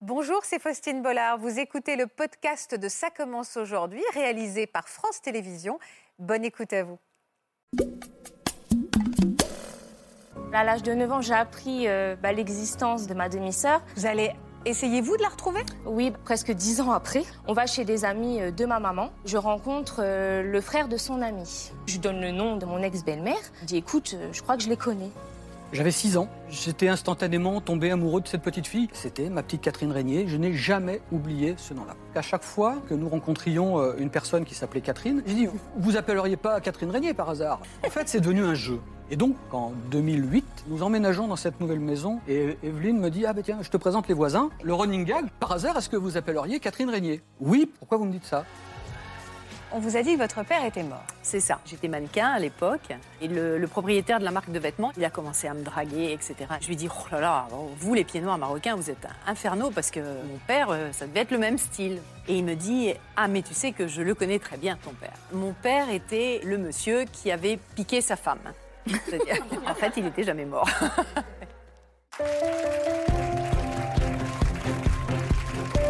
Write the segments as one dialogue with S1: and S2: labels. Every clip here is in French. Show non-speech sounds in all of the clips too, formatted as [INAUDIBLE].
S1: Bonjour, c'est Faustine Bollard. Vous écoutez le podcast de Ça commence aujourd'hui, réalisé par France Télévisions. Bonne écoute à vous.
S2: À l'âge de 9 ans, j'ai appris euh, bah, l'existence de ma demi-sœur.
S1: Vous allez essayez-vous de la retrouver
S2: Oui, presque 10 ans après. On va chez des amis euh, de ma maman. Je rencontre euh, le frère de son ami. Je lui donne le nom de mon ex-belle-mère. Je dis écoute, euh, je crois que je les connais.
S3: J'avais 6 ans. J'étais instantanément tombé amoureux de cette petite fille. C'était ma petite Catherine Régnier. Je n'ai jamais oublié ce nom-là. À chaque fois que nous rencontrions euh, une personne qui s'appelait Catherine, j'ai dit Vous appelleriez pas Catherine Régnier par hasard En fait, c'est devenu un jeu. Et donc, en 2008, nous emménageons dans cette nouvelle maison et Evelyne me dit Ah ben tiens, je te présente les voisins. Le running gag, par hasard, est-ce que vous appelleriez Catherine Régnier Oui, pourquoi vous me dites ça
S1: On vous a dit que votre père était mort.
S4: C'est ça. J'étais mannequin à l'époque et le, le propriétaire de la marque de vêtements, il a commencé à me draguer, etc. Je lui dis oh là là, vous les pieds noirs marocains, vous êtes infernaux parce que mon père, euh, ça devait être le même style. Et il me dit ah mais tu sais que je le connais très bien ton père. Mon père était le monsieur qui avait piqué sa femme.
S5: [LAUGHS]
S4: C'est-à-dire, en fait, il n'était jamais mort. [LAUGHS]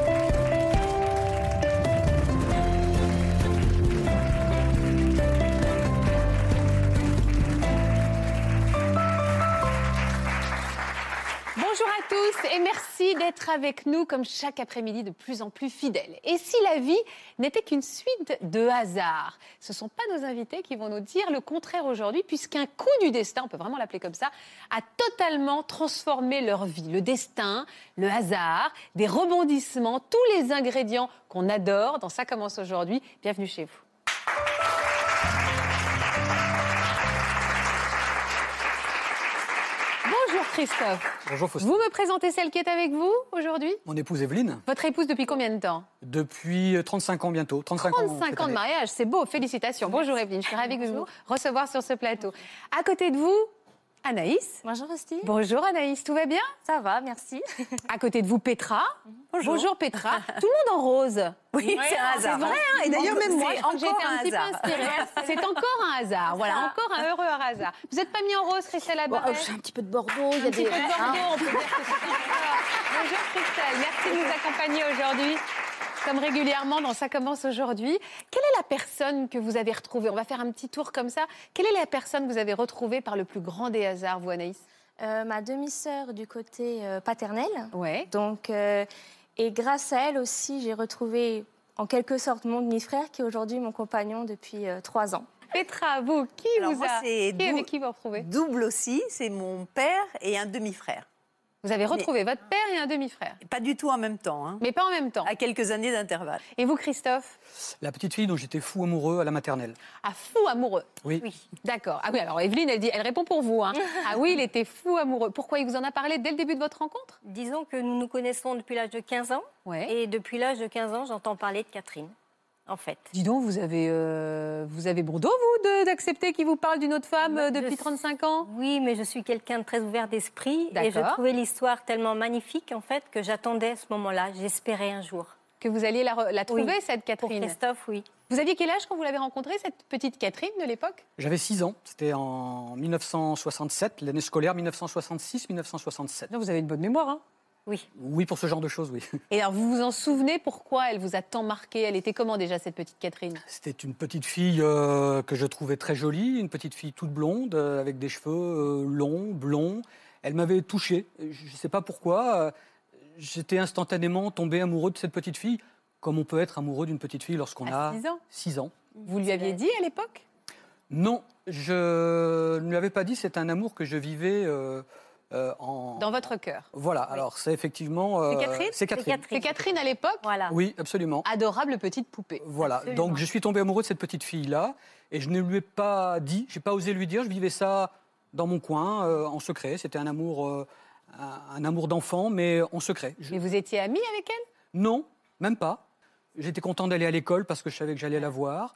S5: Bonjour à tous et merci d'être avec nous comme chaque après-midi de plus en plus fidèles. Et si la vie n'était qu'une suite de hasards Ce ne sont pas nos invités qui vont nous dire le contraire aujourd'hui puisqu'un coup du destin, on peut vraiment l'appeler comme ça, a totalement transformé leur vie. Le destin, le hasard, des rebondissements, tous les ingrédients qu'on adore dans Ça commence aujourd'hui. Bienvenue chez vous. Bonjour Christophe.
S3: Bonjour Faustine.
S5: Vous me présentez celle qui est avec vous aujourd'hui
S3: Mon épouse Evelyne,
S5: Votre épouse depuis combien de temps
S3: depuis 35 ans bientôt. 35, ans,
S5: 35
S3: cette
S5: ans de
S3: année.
S5: mariage, c'est beau, félicitations. Bonjour Evelyne, je suis ravie de vous recevoir sur ce plateau. À côté de vous, Anaïs.
S2: Bonjour Rusty.
S5: Bonjour Anaïs, tout va bien
S2: Ça va, merci.
S5: À côté de vous, Petra. Bonjour, [LAUGHS] Petra. Tout le monde en rose.
S4: Oui, c'est un hasard.
S5: vrai, hein, et d'ailleurs même moi,
S4: C'est
S5: je crois que j'ai
S4: encore
S5: été un,
S4: un hasard.
S5: petit peu inspirée. [LAUGHS] C'est encore un hasard, voilà, encore un heureux hasard. Vous n'êtes pas mis en rose, Christelle
S6: Bon,
S5: Abarret
S6: euh, j'ai un petit peu de Bordeaux, il y a des.
S5: petit peu de Bordeaux,
S6: hein.
S5: on peut dire que c'est un effort. Bonjour Christelle, merci de nous accompagner aujourd'hui. Comme régulièrement dans Ça commence aujourd'hui, quelle est la personne que vous avez retrouvée On va faire un petit tour comme ça. Quelle est la personne que vous avez retrouvée par le plus grand des hasards, vous Anaïs
S2: Euh, ma demi-sœur du côté euh, paternel.
S5: Ouais.
S2: Donc, euh, et grâce à elle aussi, j'ai retrouvé en quelque sorte mon demi-frère qui est aujourd'hui mon compagnon depuis euh, trois ans.
S5: Petra, vous, qui
S4: Alors,
S5: vous
S4: moi,
S5: a
S4: c'est
S5: qui,
S4: dou-
S5: avec qui vous retrouvez
S4: double aussi. C'est mon père et un demi-frère.
S5: Vous avez retrouvé votre père et un demi-frère,
S4: Pas du tout en même temps, hein.
S5: mais pas en même temps.
S4: à quelques années d'intervalle.
S5: Et vous Christophe
S3: La petite fille dont j'étais fou amoureux à la maternelle.
S5: Ah, fou amoureux.
S3: Oui.
S5: D'accord. Ah oui, alors Evelyne, elle, dit, elle répond pour
S4: [LAUGHS]
S5: vous. hein. Ah oui, il était fou amoureux. Pourquoi il vous en a parlé dès le début de votre rencontre
S7: Disons que nous nous connaissons depuis l'âge de 15 ans.
S5: Ouais.
S7: Et depuis l'âge de 15 ans, j'entends parler de Catherine, en fait.
S5: Dis donc, vous avez, euh, vous avez bon dos, vous, de- d'accepter qu'il vous parle d'une autre femme euh,
S7: Bah, je
S5: depuis
S7: sais.
S5: 35 ans
S7: Oui, mais je suis quelqu'un de très ouvert d'esprit. Et je
S5: D'accord.
S7: trouvais l'histoire tellement magnifique, en fait, que j'attendais ce moment-là. J'espérais un jour.
S5: Que vous alliez la, re- la trouver, cette
S7: Pour
S5: Catherine.
S7: Christophe, oui.
S5: Vous aviez quel âge quand vous l'avez rencontrée, cette petite Catherine de l'époque
S3: J'avais 6 ans, c'était en 1967, l'année scolaire 1966-1967.
S5: Vous avez une bonne mémoire. Hein
S7: Oui.
S3: Oui, pour ce genre de choses, oui. [LAUGHS]
S5: Et alors, vous vous en souvenez pourquoi elle vous a tant marqué Elle était comment déjà, cette petite Catherine
S3: C'était une petite fille euh, que je trouvais très jolie, une petite fille toute blonde, euh, avec des cheveux euh, longs, blonds. Elle m'avait touché, je ne sais pas pourquoi. euh, J'étais instantanément tombé amoureux de cette petite fille, comme on peut être amoureux d'une petite fille lorsqu'on
S5: À
S3: a
S5: 6 ans.
S3: 6 ans.
S5: Vous lui aviez dit à l'époque
S3: Non, je ne lui avais pas dit, c'est un amour que je vivais euh, euh, en...
S5: Dans votre cœur.
S3: Voilà, alors c'est effectivement... euh,
S5: C'est Catherine
S3: C'est Catherine.
S5: C'est Catherine à l'époque
S7: Voilà.
S3: Oui, absolument.
S5: Adorable petite poupée.
S3: Voilà,
S7: Absolument.
S3: donc je suis tombé amoureux de cette petite fille-là et je ne lui ai pas dit, j'ai pas osé lui dire, je vivais ça dans mon coin, euh, en secret. C'était un amour, euh, un, un amour d'enfant, mais en secret. Je-
S5: Mais vous étiez amie avec elle
S3: Non, même pas. J'étais content d'aller à l'école parce que je savais que j'allais la voir.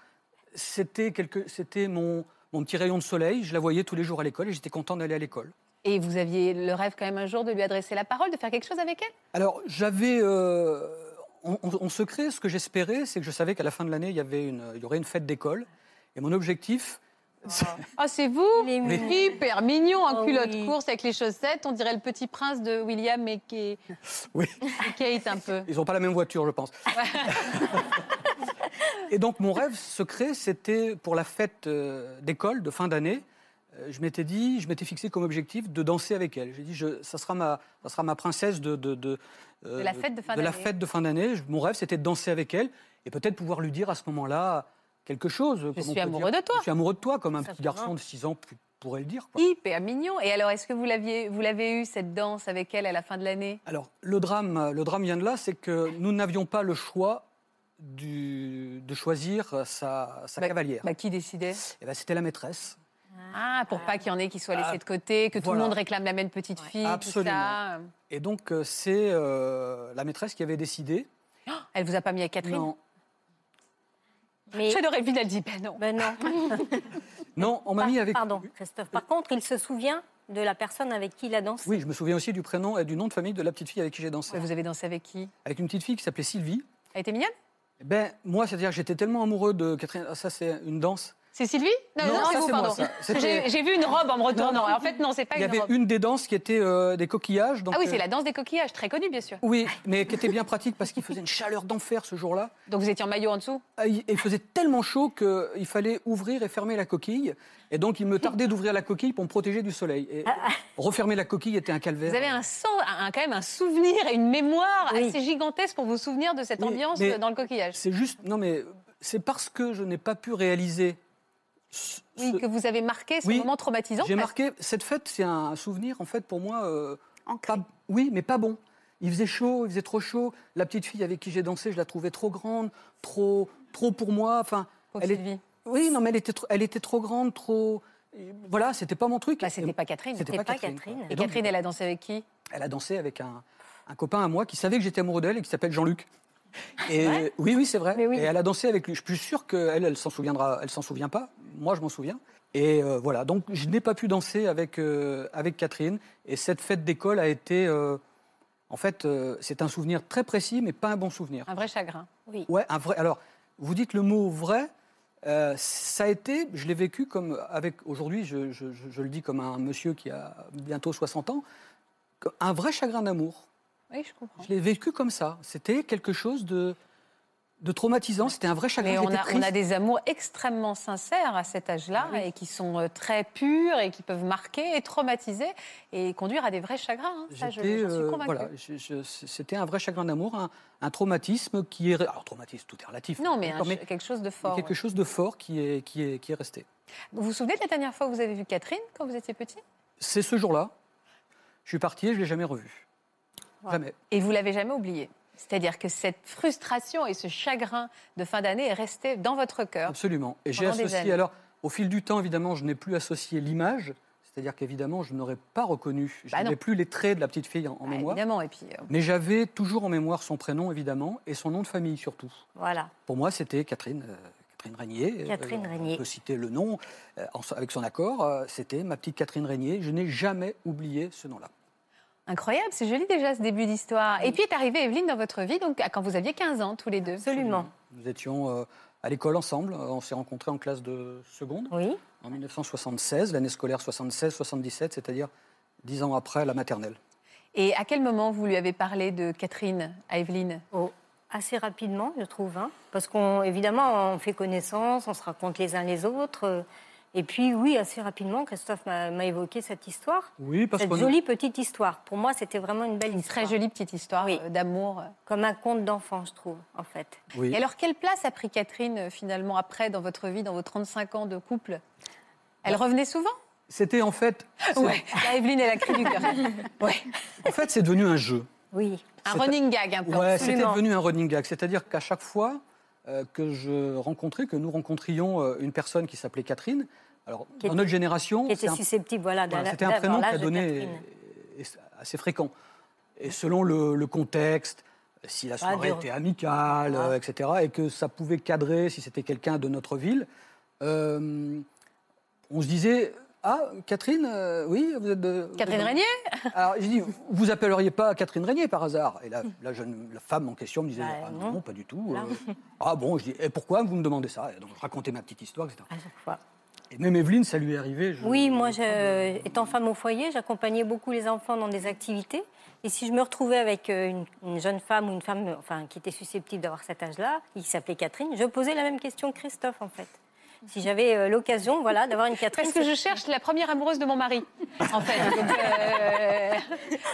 S3: C'était quelque, c'était mon, mon petit rayon de soleil. Je la voyais tous les jours à l'école et j'étais content d'aller à l'école.
S5: Et vous aviez le rêve quand même un jour de lui adresser la parole, de faire quelque chose avec elle
S3: Alors, j'avais. euh, en, en- en secret, ce que j'espérais, c'est que je savais qu'à la fin de l'année, il, y avait une- il y aurait une fête d'école. Et mon objectif,
S5: Ah, c'est vous
S7: Il est
S3: Oui.
S7: mignon.
S5: Hyper mignon en
S7: Oh
S5: culotte
S7: oui.
S5: course avec les chaussettes. On dirait le petit prince de William et Kate,
S3: Oui.
S5: et Kate
S3: [LAUGHS]
S5: un peu.
S3: Ils n'ont pas la même voiture, je
S5: [LAUGHS]
S3: pense. et donc, mon rêve secret, c'était pour la fête euh, d'école de fin d'année. euh, Je m'étais dit, je m'étais fixé comme objectif de danser avec elle. J'ai dit, je- ça, sera ma, ça sera ma princesse de, de, de, euh,
S5: De la fête de fin
S3: la
S5: d'année.
S3: fête de fin d'année. Je- Mon rêve, c'était de danser avec elle et peut-être pouvoir lui dire à ce moment-là quelque chose. comme on
S5: suis
S3: peut
S5: amoureux
S3: dire.
S5: de toi.
S3: Je suis amoureux de toi, comme un petit
S7: Simplement.
S3: garçon de 6 ans pu- pourrait le dire. quoi.
S5: Hyper mignon. Et alors, est-ce que vous l'aviez, vous l'avez eu cette danse avec elle à la fin de l'année
S3: Alors, le drame, euh, le drame vient de là, c'est que nous n'avions pas le choix du- de choisir euh, sa, sa
S5: Bah,
S3: cavalière.
S5: Bah, qui décidait
S3: Eh ben, C'était la maîtresse.
S5: Ah, pour pas qu'il y en ait qui soient
S3: Ah,
S5: laissés de côté, que tout le
S3: voilà.
S5: monde réclame la même petite fille,
S3: Absolument.
S5: tout ça.
S3: Et donc, euh, c'est euh, la maîtresse qui avait décidé.
S5: Elle vous a pas mis à Catherine
S3: Non,
S7: Mais
S5: J'adore Elvin, elle dit ben non.
S7: ben non.
S3: non
S5: Ah,
S3: on m'a
S7: Par-
S3: mis avec.
S7: Pardon, Christophe. Par contre, il se souvient de la personne avec qui il a dansé.
S3: Oui, je me souviens aussi du prénom et du nom de famille de la petite fille avec qui j'ai dansé.
S5: Vous avez dansé avec qui
S3: Avec une petite fille qui s'appelait Sylvie.
S5: Elle était mignonne
S3: Eh Ben, moi, c'est-à-dire que j'étais tellement amoureux de Catherine. Ah, ça, c'est une danse.
S5: C'est Sylvie
S3: Non, ça, c'est moi,
S5: [LAUGHS]
S3: ça. C'était-
S5: J'ai j'ai vu une robe en me retournant.
S3: [LAUGHS]
S5: En fait, non, c'est pas
S3: Il y
S5: une
S3: avait
S5: robe.
S3: une des danses qui était euh, des coquillages. donc,
S5: Ah oui,
S3: euh,
S5: c'est la danse des coquillages, très connue, bien sûr.
S3: Oui, mais qui était bien pratique parce qu'il faisait une chaleur d'enfer ce jour-là.
S5: Donc vous étiez en maillot en dessous
S3: Ah, Il il faisait tellement chaud qu'il fallait ouvrir et fermer la coquille. Et donc, il me tardait d'ouvrir la coquille pour me protéger du soleil. Et refermer la coquille était un calvaire.
S5: Ah, Vous avez un, sens, un, un- quand même un souvenir et une mémoire
S3: Oui.
S5: assez gigantesque pour vous souvenir de cette
S3: Oui,
S5: ambiance
S3: mais-
S5: dans le coquillage.
S3: C'est juste, non mais c'est parce que je n'ai pas pu réaliser. ce-
S5: Oui,
S3: ce-
S5: que vous avez marqué ce
S3: Oui,
S5: moment traumatisant.
S3: J'ai
S5: parce-
S3: marqué cette fête, c'est un souvenir en fait pour moi. euh,
S6: Ancré.
S3: pas, oui, mais pas bon. Il faisait chaud, il faisait trop chaud. La petite fille avec qui j'ai dansé, je la trouvais trop grande, trop, trop pour moi. Enfin,
S5: Pauvre
S3: elle est-
S5: Sylvie.
S3: oui, non mais elle était, trop, elle était trop grande, trop. Voilà, c'était pas mon truc.
S5: Bah, c'était
S3: Et-
S5: pas Catherine.
S3: c'était
S5: Et
S3: pas
S7: pas
S3: Catherine.
S7: Catherine.
S3: quoi. Et
S5: Et
S3: donc,
S5: Catherine, elle a dansé avec qui
S3: elle a dansé avec un, un copain à moi qui savait que j'étais amoureux d'elle et qui s'appelle
S7: [LAUGHS]
S3: Jean-Luc. Et oui, oui, c'est vrai.
S7: Mais oui.
S3: Et elle a dansé avec lui. Je suis sûr qu'elle, elle s'en souviendra. Elle s'en souvient pas. Moi, je m'en souviens. Et euh, voilà. Donc, je n'ai pas pu danser avec euh, avec Catherine. Et cette fête d'école a été, euh, en fait, euh, c'est un souvenir très précis, mais pas un bon souvenir.
S5: Un vrai chagrin.
S3: Ouais, un vrai. Alors, vous dites le mot vrai. euh, ça a été, je l'ai vécu comme avec aujourd'hui, je, je- je- je le dis comme un monsieur qui a bientôt 60 ans, un vrai chagrin d'amour.
S5: Oui, je comprends.
S3: Je l'ai vécu comme ça. C'était quelque chose de, de traumatisant. C'était un vrai chagrin.
S5: Mais on
S3: J'étais
S5: a, on
S3: triste. Ah
S5: a des amours extrêmement sincères à cet âge-là et qui sont euh, très purs et qui peuvent marquer et traumatiser et conduire à des vrais chagrins. hein. Ça, je,
S3: J'étais,
S5: j'en suis
S3: euh,
S5: convaincue.
S3: voilà, je- je- c'était un vrai chagrin d'amour, un, un traumatisme qui est. re- Alors, traumatisme, tout est relatif.
S5: Non, mais, un-
S3: D'accord, mais
S5: quelque chose de fort.
S3: quelque
S5: ouais.
S3: chose de fort qui est, qui est, qui est resté.
S5: Vous vous souvenez de la dernière fois où vous avez vu Catherine quand vous étiez petit
S3: C'est ce jour-là. Je suis parti et je ne l'ai jamais revu.
S5: Ouais.
S3: Jamais.
S5: Et vous l'avez jamais oublié. C'est-à-dire que cette frustration et ce chagrin de fin d'année est resté dans votre cœur.
S3: Absolument. Et j'ai
S5: Pendant des années.
S3: associé, alors, au fil du temps, évidemment, je n'ai plus associé l'image, c'est-à-dire qu'évidemment, je n'aurais pas reconnu, je
S5: Bah non.
S3: n'ai plus les traits de la petite fille en, en
S5: Ah,
S3: mémoire,
S5: évidemment. Et puis, euh,
S3: mais j'avais toujours en mémoire son prénom, évidemment, et son nom de famille surtout.
S7: Voilà.
S3: Pour moi, c'était Catherine. euh, Catherine Régnier. Euh,
S7: Catherine Régnier.
S3: On peut citer le nom euh, en so- avec son accord. euh, C'était ma petite Catherine Régnier. Je n'ai jamais oublié ce nom-là.
S5: incroyable, c'est joli déjà ce début d'histoire. Et puis est arrivée Evelyne dans votre vie, donc à- quand vous aviez 15 ans tous les deux.
S7: Absolument.
S3: Nous étions euh, à l'école ensemble. euh, On s'est rencontrés en classe de seconde
S7: Oui.
S3: en 1976, l'année scolaire 76-77, c'est-à-dire dix ans après la maternelle.
S5: Et à quel moment vous lui avez parlé de Catherine à Evelyne
S7: Oh, assez rapidement, je trouve. hein. Parce qu'on, évidemment, on fait connaissance, on se raconte les uns les autres. euh, Et puis, oui, assez rapidement, Christophe m'a m'a évoqué cette histoire.
S3: Oui, parce
S7: Cette jolie petite histoire. Pour moi, c'était vraiment une belle
S5: Une
S7: histoire.
S5: très jolie petite histoire
S7: Ah. Oui.
S5: euh, d'amour.
S7: Comme un conte d'enfant, je trouve, en fait.
S3: Oui.
S5: Et alors, quelle place a pris Catherine euh, finalement après dans votre vie, dans vos 35 ans de couple Elle revenait souvent
S3: C'était en fait,
S7: [LAUGHS]
S3: c'est-
S5: Ouais. Là, Evelyne, elle a crié du cœur. Ouais.
S3: en fait, c'est devenu un jeu.
S7: Oui.
S5: Un
S3: C'est-
S5: running gag un peu.
S3: Ouais, c'était
S5: absolument.
S3: devenu un running gag. C'est-à-dire qu'à chaque fois euh, que je rencontrais, que nous rencontrions euh, une personne qui s'appelait Catherine, alors
S7: Qui
S3: dans
S7: était-
S3: notre génération,
S7: Qui était
S3: c'est un-
S7: susceptible, voilà,
S3: voilà,
S7: d'aller-
S3: c'était un
S7: d'avoir
S3: prénom
S7: l'âge
S3: qu'a
S7: de
S3: donné
S7: Catherine.
S3: et- et c'est assez fréquent. Et selon le, le contexte, si la
S7: Ah,
S3: soirée
S7: dur.
S3: était amicale,
S7: Ah.
S3: euh, etc., et que ça pouvait cadrer si c'était quelqu'un de notre ville, euh, on se disait. Ah, Catherine, euh, oui, vous êtes de.
S5: Catherine
S3: vous-
S5: Régnier
S3: alors, j'ai dit, vous appelleriez pas Catherine Régnier par hasard Et la, la jeune la femme en question me disait,
S7: Hmm. Bah,
S3: ah non, [LAUGHS]
S7: non.
S3: pas du tout. euh. ah bon, je dis, et pourquoi vous me demandez ça Et donc, je racontais ma petite histoire, etc.
S7: À chaque fois.
S3: Et même Evelyne, ça lui est arrivé. je-
S7: Oui, moi, je- étant femme au foyer, j'accompagnais beaucoup les enfants dans des activités. Et si je me retrouvais avec euh, une, une jeune femme ou une femme enfin, qui était susceptible d'avoir cet âge-là, qui s'appelait Catherine, je posais la même question que Christophe, en fait. Si j'avais euh, l'occasion voilà, d'avoir une Catherine...
S5: Parce que je
S7: c'est-
S5: cherche la première amoureuse de mon mari, en fait. Donc, euh,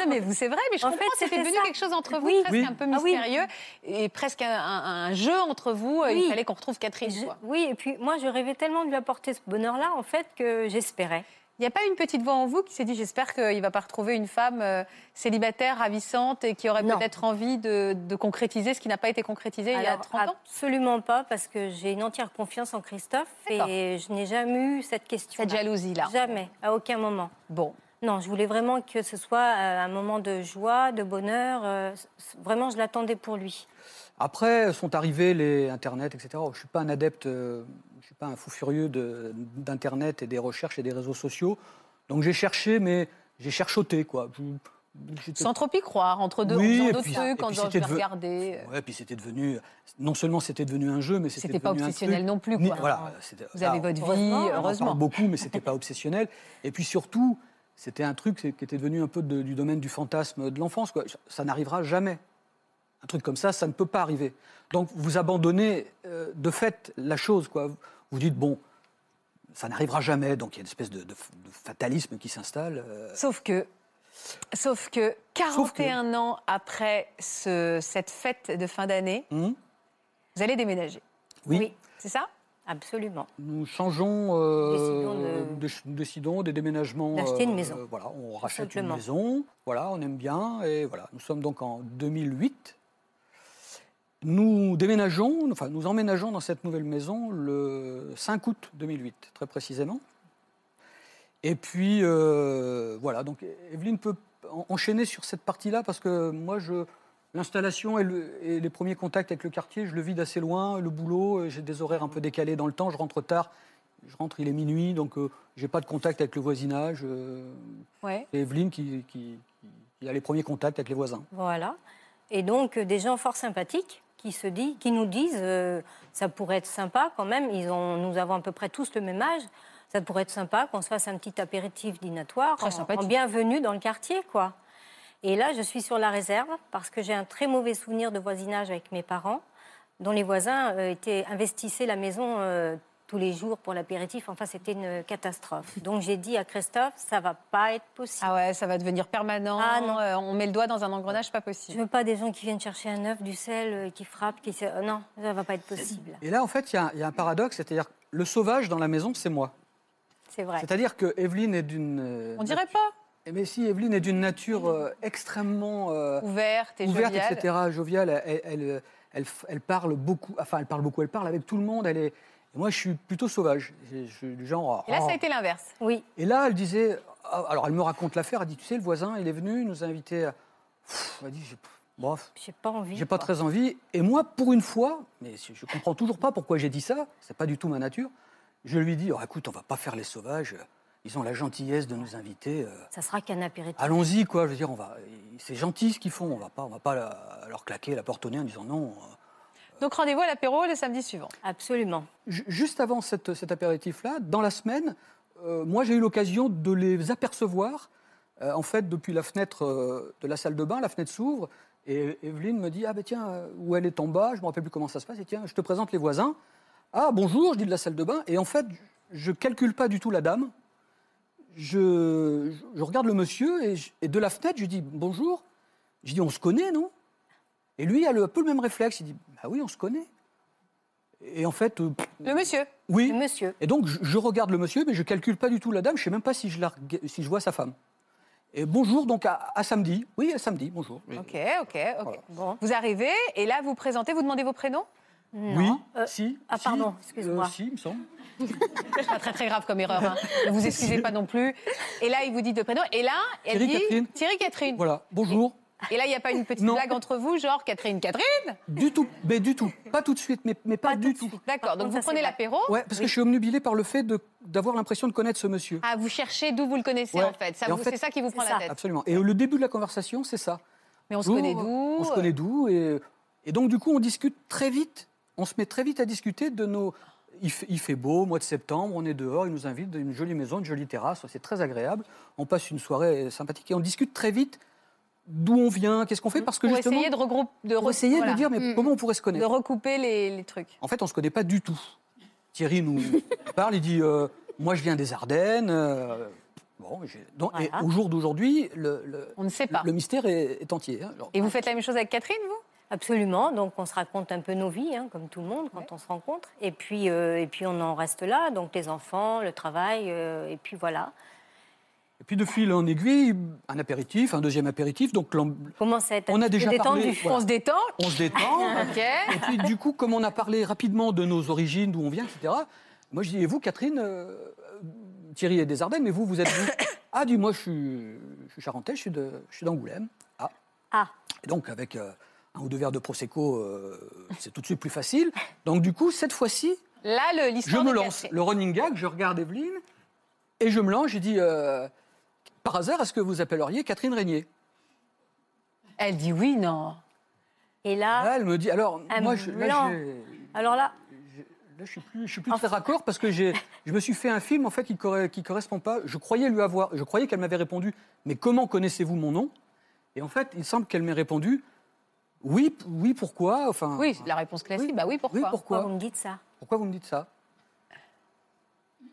S5: Non, mais vous, c'est vrai, mais je
S7: En
S5: comprends,
S7: fait,
S5: c'était
S7: c'était
S5: devenu
S7: ça.
S5: quelque chose entre vous,
S7: Oui.
S5: presque
S3: Oui.
S5: un peu
S7: Ah oui.
S5: mystérieux, et presque un, un- un jeu entre vous. euh, Il
S7: Oui.
S5: fallait qu'on retrouve Catherine.
S7: je-
S5: quoi.
S7: Oui, et puis moi, je rêvais tellement de lui apporter ce bonheur-là, en fait, que j'espérais.
S5: Il n'y a pas une petite voix en vous qui s'est dit j'espère qu'il ne va pas retrouver une femme euh, célibataire, ravissante, et qui aurait
S7: Non.
S5: peut-être envie de, de concrétiser ce qui n'a pas été concrétisé il y a
S7: Alors,
S5: 30 ans
S7: Absolument pas, parce que j'ai une entière confiance en Christophe
S5: D'accord.
S7: et je n'ai jamais eu cette question.
S5: Cette jalousie-là.
S7: Jamais, à aucun moment.
S5: Bon.
S7: Non, je voulais vraiment que ce soit euh, un moment de joie, de bonheur. euh, c- c- Vraiment, je l'attendais pour lui.
S3: Après sont arrivés les Internet, etc. Je ne suis pas un adepte, euh, je suis pas un fou furieux de- d'Internet et des recherches et des réseaux sociaux. Donc j'ai cherché, mais j'ai cherchoté, quoi. Je- j'étais-
S5: Sans trop y croire, entre deux,
S3: Oui,
S5: en faisant
S3: et
S5: d'autres
S3: puis- et
S5: trucs, en
S3: puis
S5: disant je
S3: c'était
S5: vais
S3: de-
S5: regarder. euh.
S3: Ouais, puis c'était devenu, non seulement c'était devenu un jeu, mais c'était
S5: C'était pas
S3: devenu un
S5: obsessionnel
S3: truc-
S5: non plus,
S3: Ni-
S5: quoi.
S3: voilà, c'était-
S5: Vous
S3: là,
S5: avez votre vie,
S7: heureusement, on en
S3: on en parle
S5: heureusement.
S3: beaucoup, mais c'était pas obsessionnel. Et puis surtout, c'était un truc c'est- qui était devenu un peu de- du domaine du fantasme de l'enfance. quoi. Ça, ça n'arrivera jamais. Un truc comme ça, ça ne peut pas arriver. Donc vous abandonnez euh, de fait la chose. Quoi. Vous dites, bon, ça n'arrivera jamais. Donc il y a une espèce de, de- de fatalisme qui s'installe. euh,
S5: Sauf que, sauf que 41 ans après ce- cette fête de fin d'année,
S3: hmm
S5: vous allez déménager.
S3: oui.
S5: C'est ça
S7: absolument.
S3: Nous changeons, euh,
S7: Décidons de-
S3: de- ch- décidons des déménagements. euh,
S7: D'acheter une maison.
S3: voilà, on rachète
S7: simplement.
S3: une maison. Voilà, on aime bien. Et voilà, nous sommes donc en 2008. Nous déménageons, enfin nous emménageons dans cette nouvelle maison le 5 août 2008, très précisément. Et puis euh, voilà, donc Evelyne peut en- enchaîner sur cette partie-là parce que moi je l'installation et, le- et les premiers contacts avec le quartier, je le vis d'assez loin, le boulot, euh, j'ai des horaires un peu décalés dans le temps, je rentre tard, je rentre il est minuit, donc euh, j'ai pas de contact avec le voisinage. euh,
S5: Ouais.
S3: c'est Evelyne qui, qui- qui a les premiers contacts avec les voisins.
S7: Voilà. Et donc, euh, des gens fort sympathiques qui, se disent, qui nous disent euh, ça pourrait être sympa quand même. Ils ont, nous avons à peu près tous le même âge. Ça pourrait être sympa qu'on se fasse un petit apéritif dînatoire
S5: Très
S7: en,
S5: sympathique.
S7: en bienvenue dans le quartier, quoi. Et là, je suis sur la réserve parce que j'ai un très mauvais souvenir de voisinage avec mes parents, dont les voisins euh, étaient investissaient la maison euh, tous les jours pour l'apéritif. Enfin, c'était une catastrophe. Donc j'ai dit à Christophe, ça va pas être possible.
S5: Ah ouais, ça va devenir permanent.
S7: Ah non.
S5: euh, on met le doigt dans un engrenage pas
S7: Je
S5: possible.
S7: veux pas des gens qui viennent chercher un œuf, du sel, euh, qui frappent, qui se- euh, non, ça va pas être possible.
S3: Et là, en fait, il y a un- il y, a un paradoxe, c'est-à-dire que le sauvage dans la maison, c'est moi.
S7: C'est vrai.
S3: C'est-à-dire que Evelyne est d'une. euh,
S5: On dirait pas.
S3: Eh Mais si, Evelyne est d'une nature euh, extrêmement euh,
S5: Ouverte et
S3: ouverte,
S5: joviale.
S3: etc., joviale. Elle, elle, elle, elle parle beaucoup, enfin, elle parle beaucoup, elle parle avec tout le monde. Elle est... Et moi, je suis plutôt sauvage. Je, je suis du genre.
S5: Et là,
S3: oh.
S5: ça a été l'inverse.
S7: Oui,
S3: Et là, elle disait. ah, Alors, elle me raconte l'affaire. Elle dit Tu sais, le voisin, il est venu, il nous a invités. à- Pff, elle dit J'ai- Bon,
S7: j'ai pas envie.
S3: j'ai pas
S7: quoi.
S3: très envie. Et moi, pour une fois, mais je je comprends toujours pas pourquoi j'ai dit ça, c'est pas du tout ma nature, je lui dis, oh, écoute, on va pas faire les sauvages, ils ont la gentillesse de nous inviter. euh,
S7: Ça sera qu'un apéritif.
S3: Allons-y, quoi. Je veux dire, on va. C'est gentil ce qu'ils font. On va pas, on va pas la- leur claquer la porte au nez en disant non. euh,
S5: Donc rendez-vous à l'apéro le samedi suivant.
S7: Absolument.
S3: Ju- Juste avant cette- cet apéritif-là, dans la semaine, euh, moi j'ai eu l'occasion de les apercevoir. Euh, en fait, depuis la fenêtre euh, de la salle de bain, la fenêtre s'ouvre et Evelyne me dit Ah ben tiens, euh, où elle est en bas, je me rappelle plus comment ça se passe, et tiens, je te présente les voisins. Ah bonjour, je dis de la salle de bain. Et en fait, je calcule pas du tout la dame. Je, je regarde le monsieur et, je- et de la fenêtre, je lui dis bonjour. Je dis on se connaît, non Et lui a le, un peu le même réflexe. Il dit bah oui, on se connaît. Et en fait, euh, pff,
S5: Le monsieur.
S3: oui.
S7: Monsieur,
S3: Et donc, je, je regarde le monsieur, mais je calcule pas du tout la dame. Je sais même pas si je, la rega- si je vois sa femme. Et bonjour, donc à, à samedi. Oui, à samedi, bonjour.
S5: Ok, ok, ok.
S3: Voilà.
S7: bon.
S5: Vous arrivez et là, vous présentez, vous demandez vos prénoms.
S7: Non.
S3: Oui,
S7: Euh,
S3: si.
S7: ah,
S3: si,
S7: pardon, excuse-moi.
S3: euh, si, il me semble.
S5: C'est pas très très grave comme
S3: [LAUGHS]
S5: erreur. hein. Ne vous excusez pas non plus. Et là, il vous dit deux prénoms. Et là, elle
S3: Thierry
S5: dit
S3: Catherine.
S5: Thierry Catherine.
S3: Voilà, bonjour.
S5: Et là, il n'y a pas une petite
S3: Non.
S5: blague entre vous, genre Catherine, Catherine
S3: Du tout, mais du tout. Pas tout de suite, mais, mais pas,
S7: Pas
S3: du
S7: tout de
S3: tout.
S7: suite.
S5: D'accord,
S7: Par
S5: donc
S7: contre,
S5: vous
S7: ça, c'est
S5: prenez
S7: vrai.
S5: l'apéro.
S3: Ouais, parce que je suis omnubilé par le fait de- d'avoir l'impression de connaître ce monsieur.
S5: Ah, vous cherchez d'où vous le connaissez
S3: Ouais.
S5: en fait. Ça
S3: Et en
S5: vous-
S3: fait-
S5: c'est ça qui vous prend
S7: C'est
S5: la
S7: ça.
S5: tête.
S3: Absolument. Et le début de la conversation, c'est ça.
S5: Mais on se
S3: Bonjour,
S5: connaît d'où euh
S3: On se connaît d'où et, et donc du coup on discute très vite, on se met très vite à discuter de nos Il fait, il fait beau, mois de septembre, on est dehors, il nous invite dans une jolie maison, une jolie terrasse, c'est très agréable. On passe une soirée sympathique et on discute très vite d'où on vient, qu'est-ce qu'on fait, parce que
S5: Mm. Pour
S3: justement,
S5: essayer de regrouper, de,
S3: pour
S5: re-
S3: essayer
S5: voilà.
S3: de dire mais
S5: Mm.
S3: comment on pourrait se
S5: de
S3: connaître.
S5: recouper les, les trucs.
S3: En fait, on se connaît pas du tout. Thierry nous [LAUGHS] parle, il dit euh, moi je viens des Ardennes. euh, bon, j'ai- donc, et
S4: Voilà.
S3: au jour d'aujourd'hui, le, le-
S5: On ne sait pas.
S3: le mystère est, est entier. hein. Alors,
S5: Et vous faites la même chose avec Catherine, vous
S7: Absolument. Donc, on se raconte un peu nos vies, hein, comme tout le monde, quand on se rencontre. Et puis, euh, et puis, on en reste là. Donc, les enfants, le travail, euh, et puis voilà.
S3: Et puis de fil en aiguille, un apéritif, un deuxième apéritif, donc l'am-
S7: Commence à être un
S3: On a
S7: petit peu
S3: déjà
S7: détendu. Ah,
S3: parlé, voilà.
S5: On se détend.
S3: on se
S7: [LAUGHS]
S3: détend.
S5: Ok.
S3: Et puis du coup, comme on a parlé rapidement de nos origines, d'où on vient, etc., moi je dis, et vous Catherine, euh, Thierry est des Ardennes, mais vous, vous êtes
S7: [COUGHS]
S3: d'où Ah, dis-moi, je suis, je suis charentais, je suis de- je suis d'Angoulême. Ah.
S7: Ah.
S3: Et donc avec euh, un ou deux verres de Prosecco, euh, c'est tout de suite plus facile. Donc du coup, cette fois-ci,
S5: Là, le-
S3: je
S5: l'histoire.
S3: me
S5: de
S3: lance.
S5: Catherine.
S3: Le running gag, je regarde Evelyne, et je me lance, je dis, euh, par hasard, est-ce que vous appelleriez Catherine Régnier
S5: Elle dit oui, non.
S7: Et
S5: Ah.
S7: là,
S3: Là, elle me dit, alors,
S7: Un
S3: moi, je, là,
S7: blanc.
S3: j'ai-
S7: alors là,
S3: Là, je suis plus, je suis plus très raccord parce que j'ai, je me suis fait un film en fait qui ne correspond pas. Je croyais lui avoir, je croyais qu'elle m'avait répondu. Mais comment connaissez-vous mon nom Et en fait, il semble qu'elle m'ait répondu. Oui, p- oui, pourquoi Enfin,
S5: Oui, la réponse classique, bah oui, pourquoi
S3: oui,
S7: pourquoi
S3: pourquoi
S7: vous me dites ça
S3: Pourquoi vous me dites ça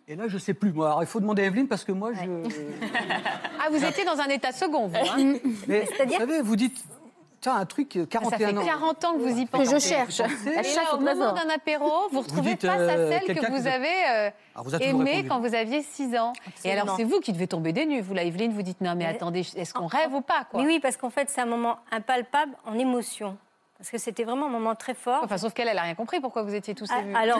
S3: Et là, je sais plus. Moi, alors, il faut demander à Evelyne parce que moi, je. [LAUGHS]
S5: Ah, vous étiez dans un état second, vous. hein.
S3: Mais vous savez, vous dites, tiens, un truc, euh,
S5: Ça
S3: 41
S5: fait
S3: ans.
S5: 40 ans que vous y
S6: Que
S5: pensez.
S6: je cherche.
S3: pensez-
S6: La
S5: Et
S6: chasse
S5: là,
S6: au
S5: au
S6: trésor.
S5: moment d'un apéro, vous vous retrouvez
S3: dites,
S5: face
S3: euh,
S5: à celle
S3: quelqu'un
S5: que
S3: qui
S5: vous
S3: vous a-
S5: avez euh,
S3: Alors, vous a toujours
S5: aimée
S3: répondu.
S5: quand vous aviez 6 ans. Et alors, c'est vous qui devez tomber des nues. Vous, la Evelyne, vous dites non,
S7: Mais-
S5: mais attendez, est-ce qu'on
S7: Euh, en-
S5: rêve ou pas quoi
S7: Mais oui, parce qu'en fait, c'est un moment impalpable en émotion. Parce que c'était vraiment un moment très fort.
S5: Enfin, sauf qu'elle, elle a rien compris pourquoi vous étiez tous
S7: Ah,
S5: émus. [LAUGHS]
S7: Alors,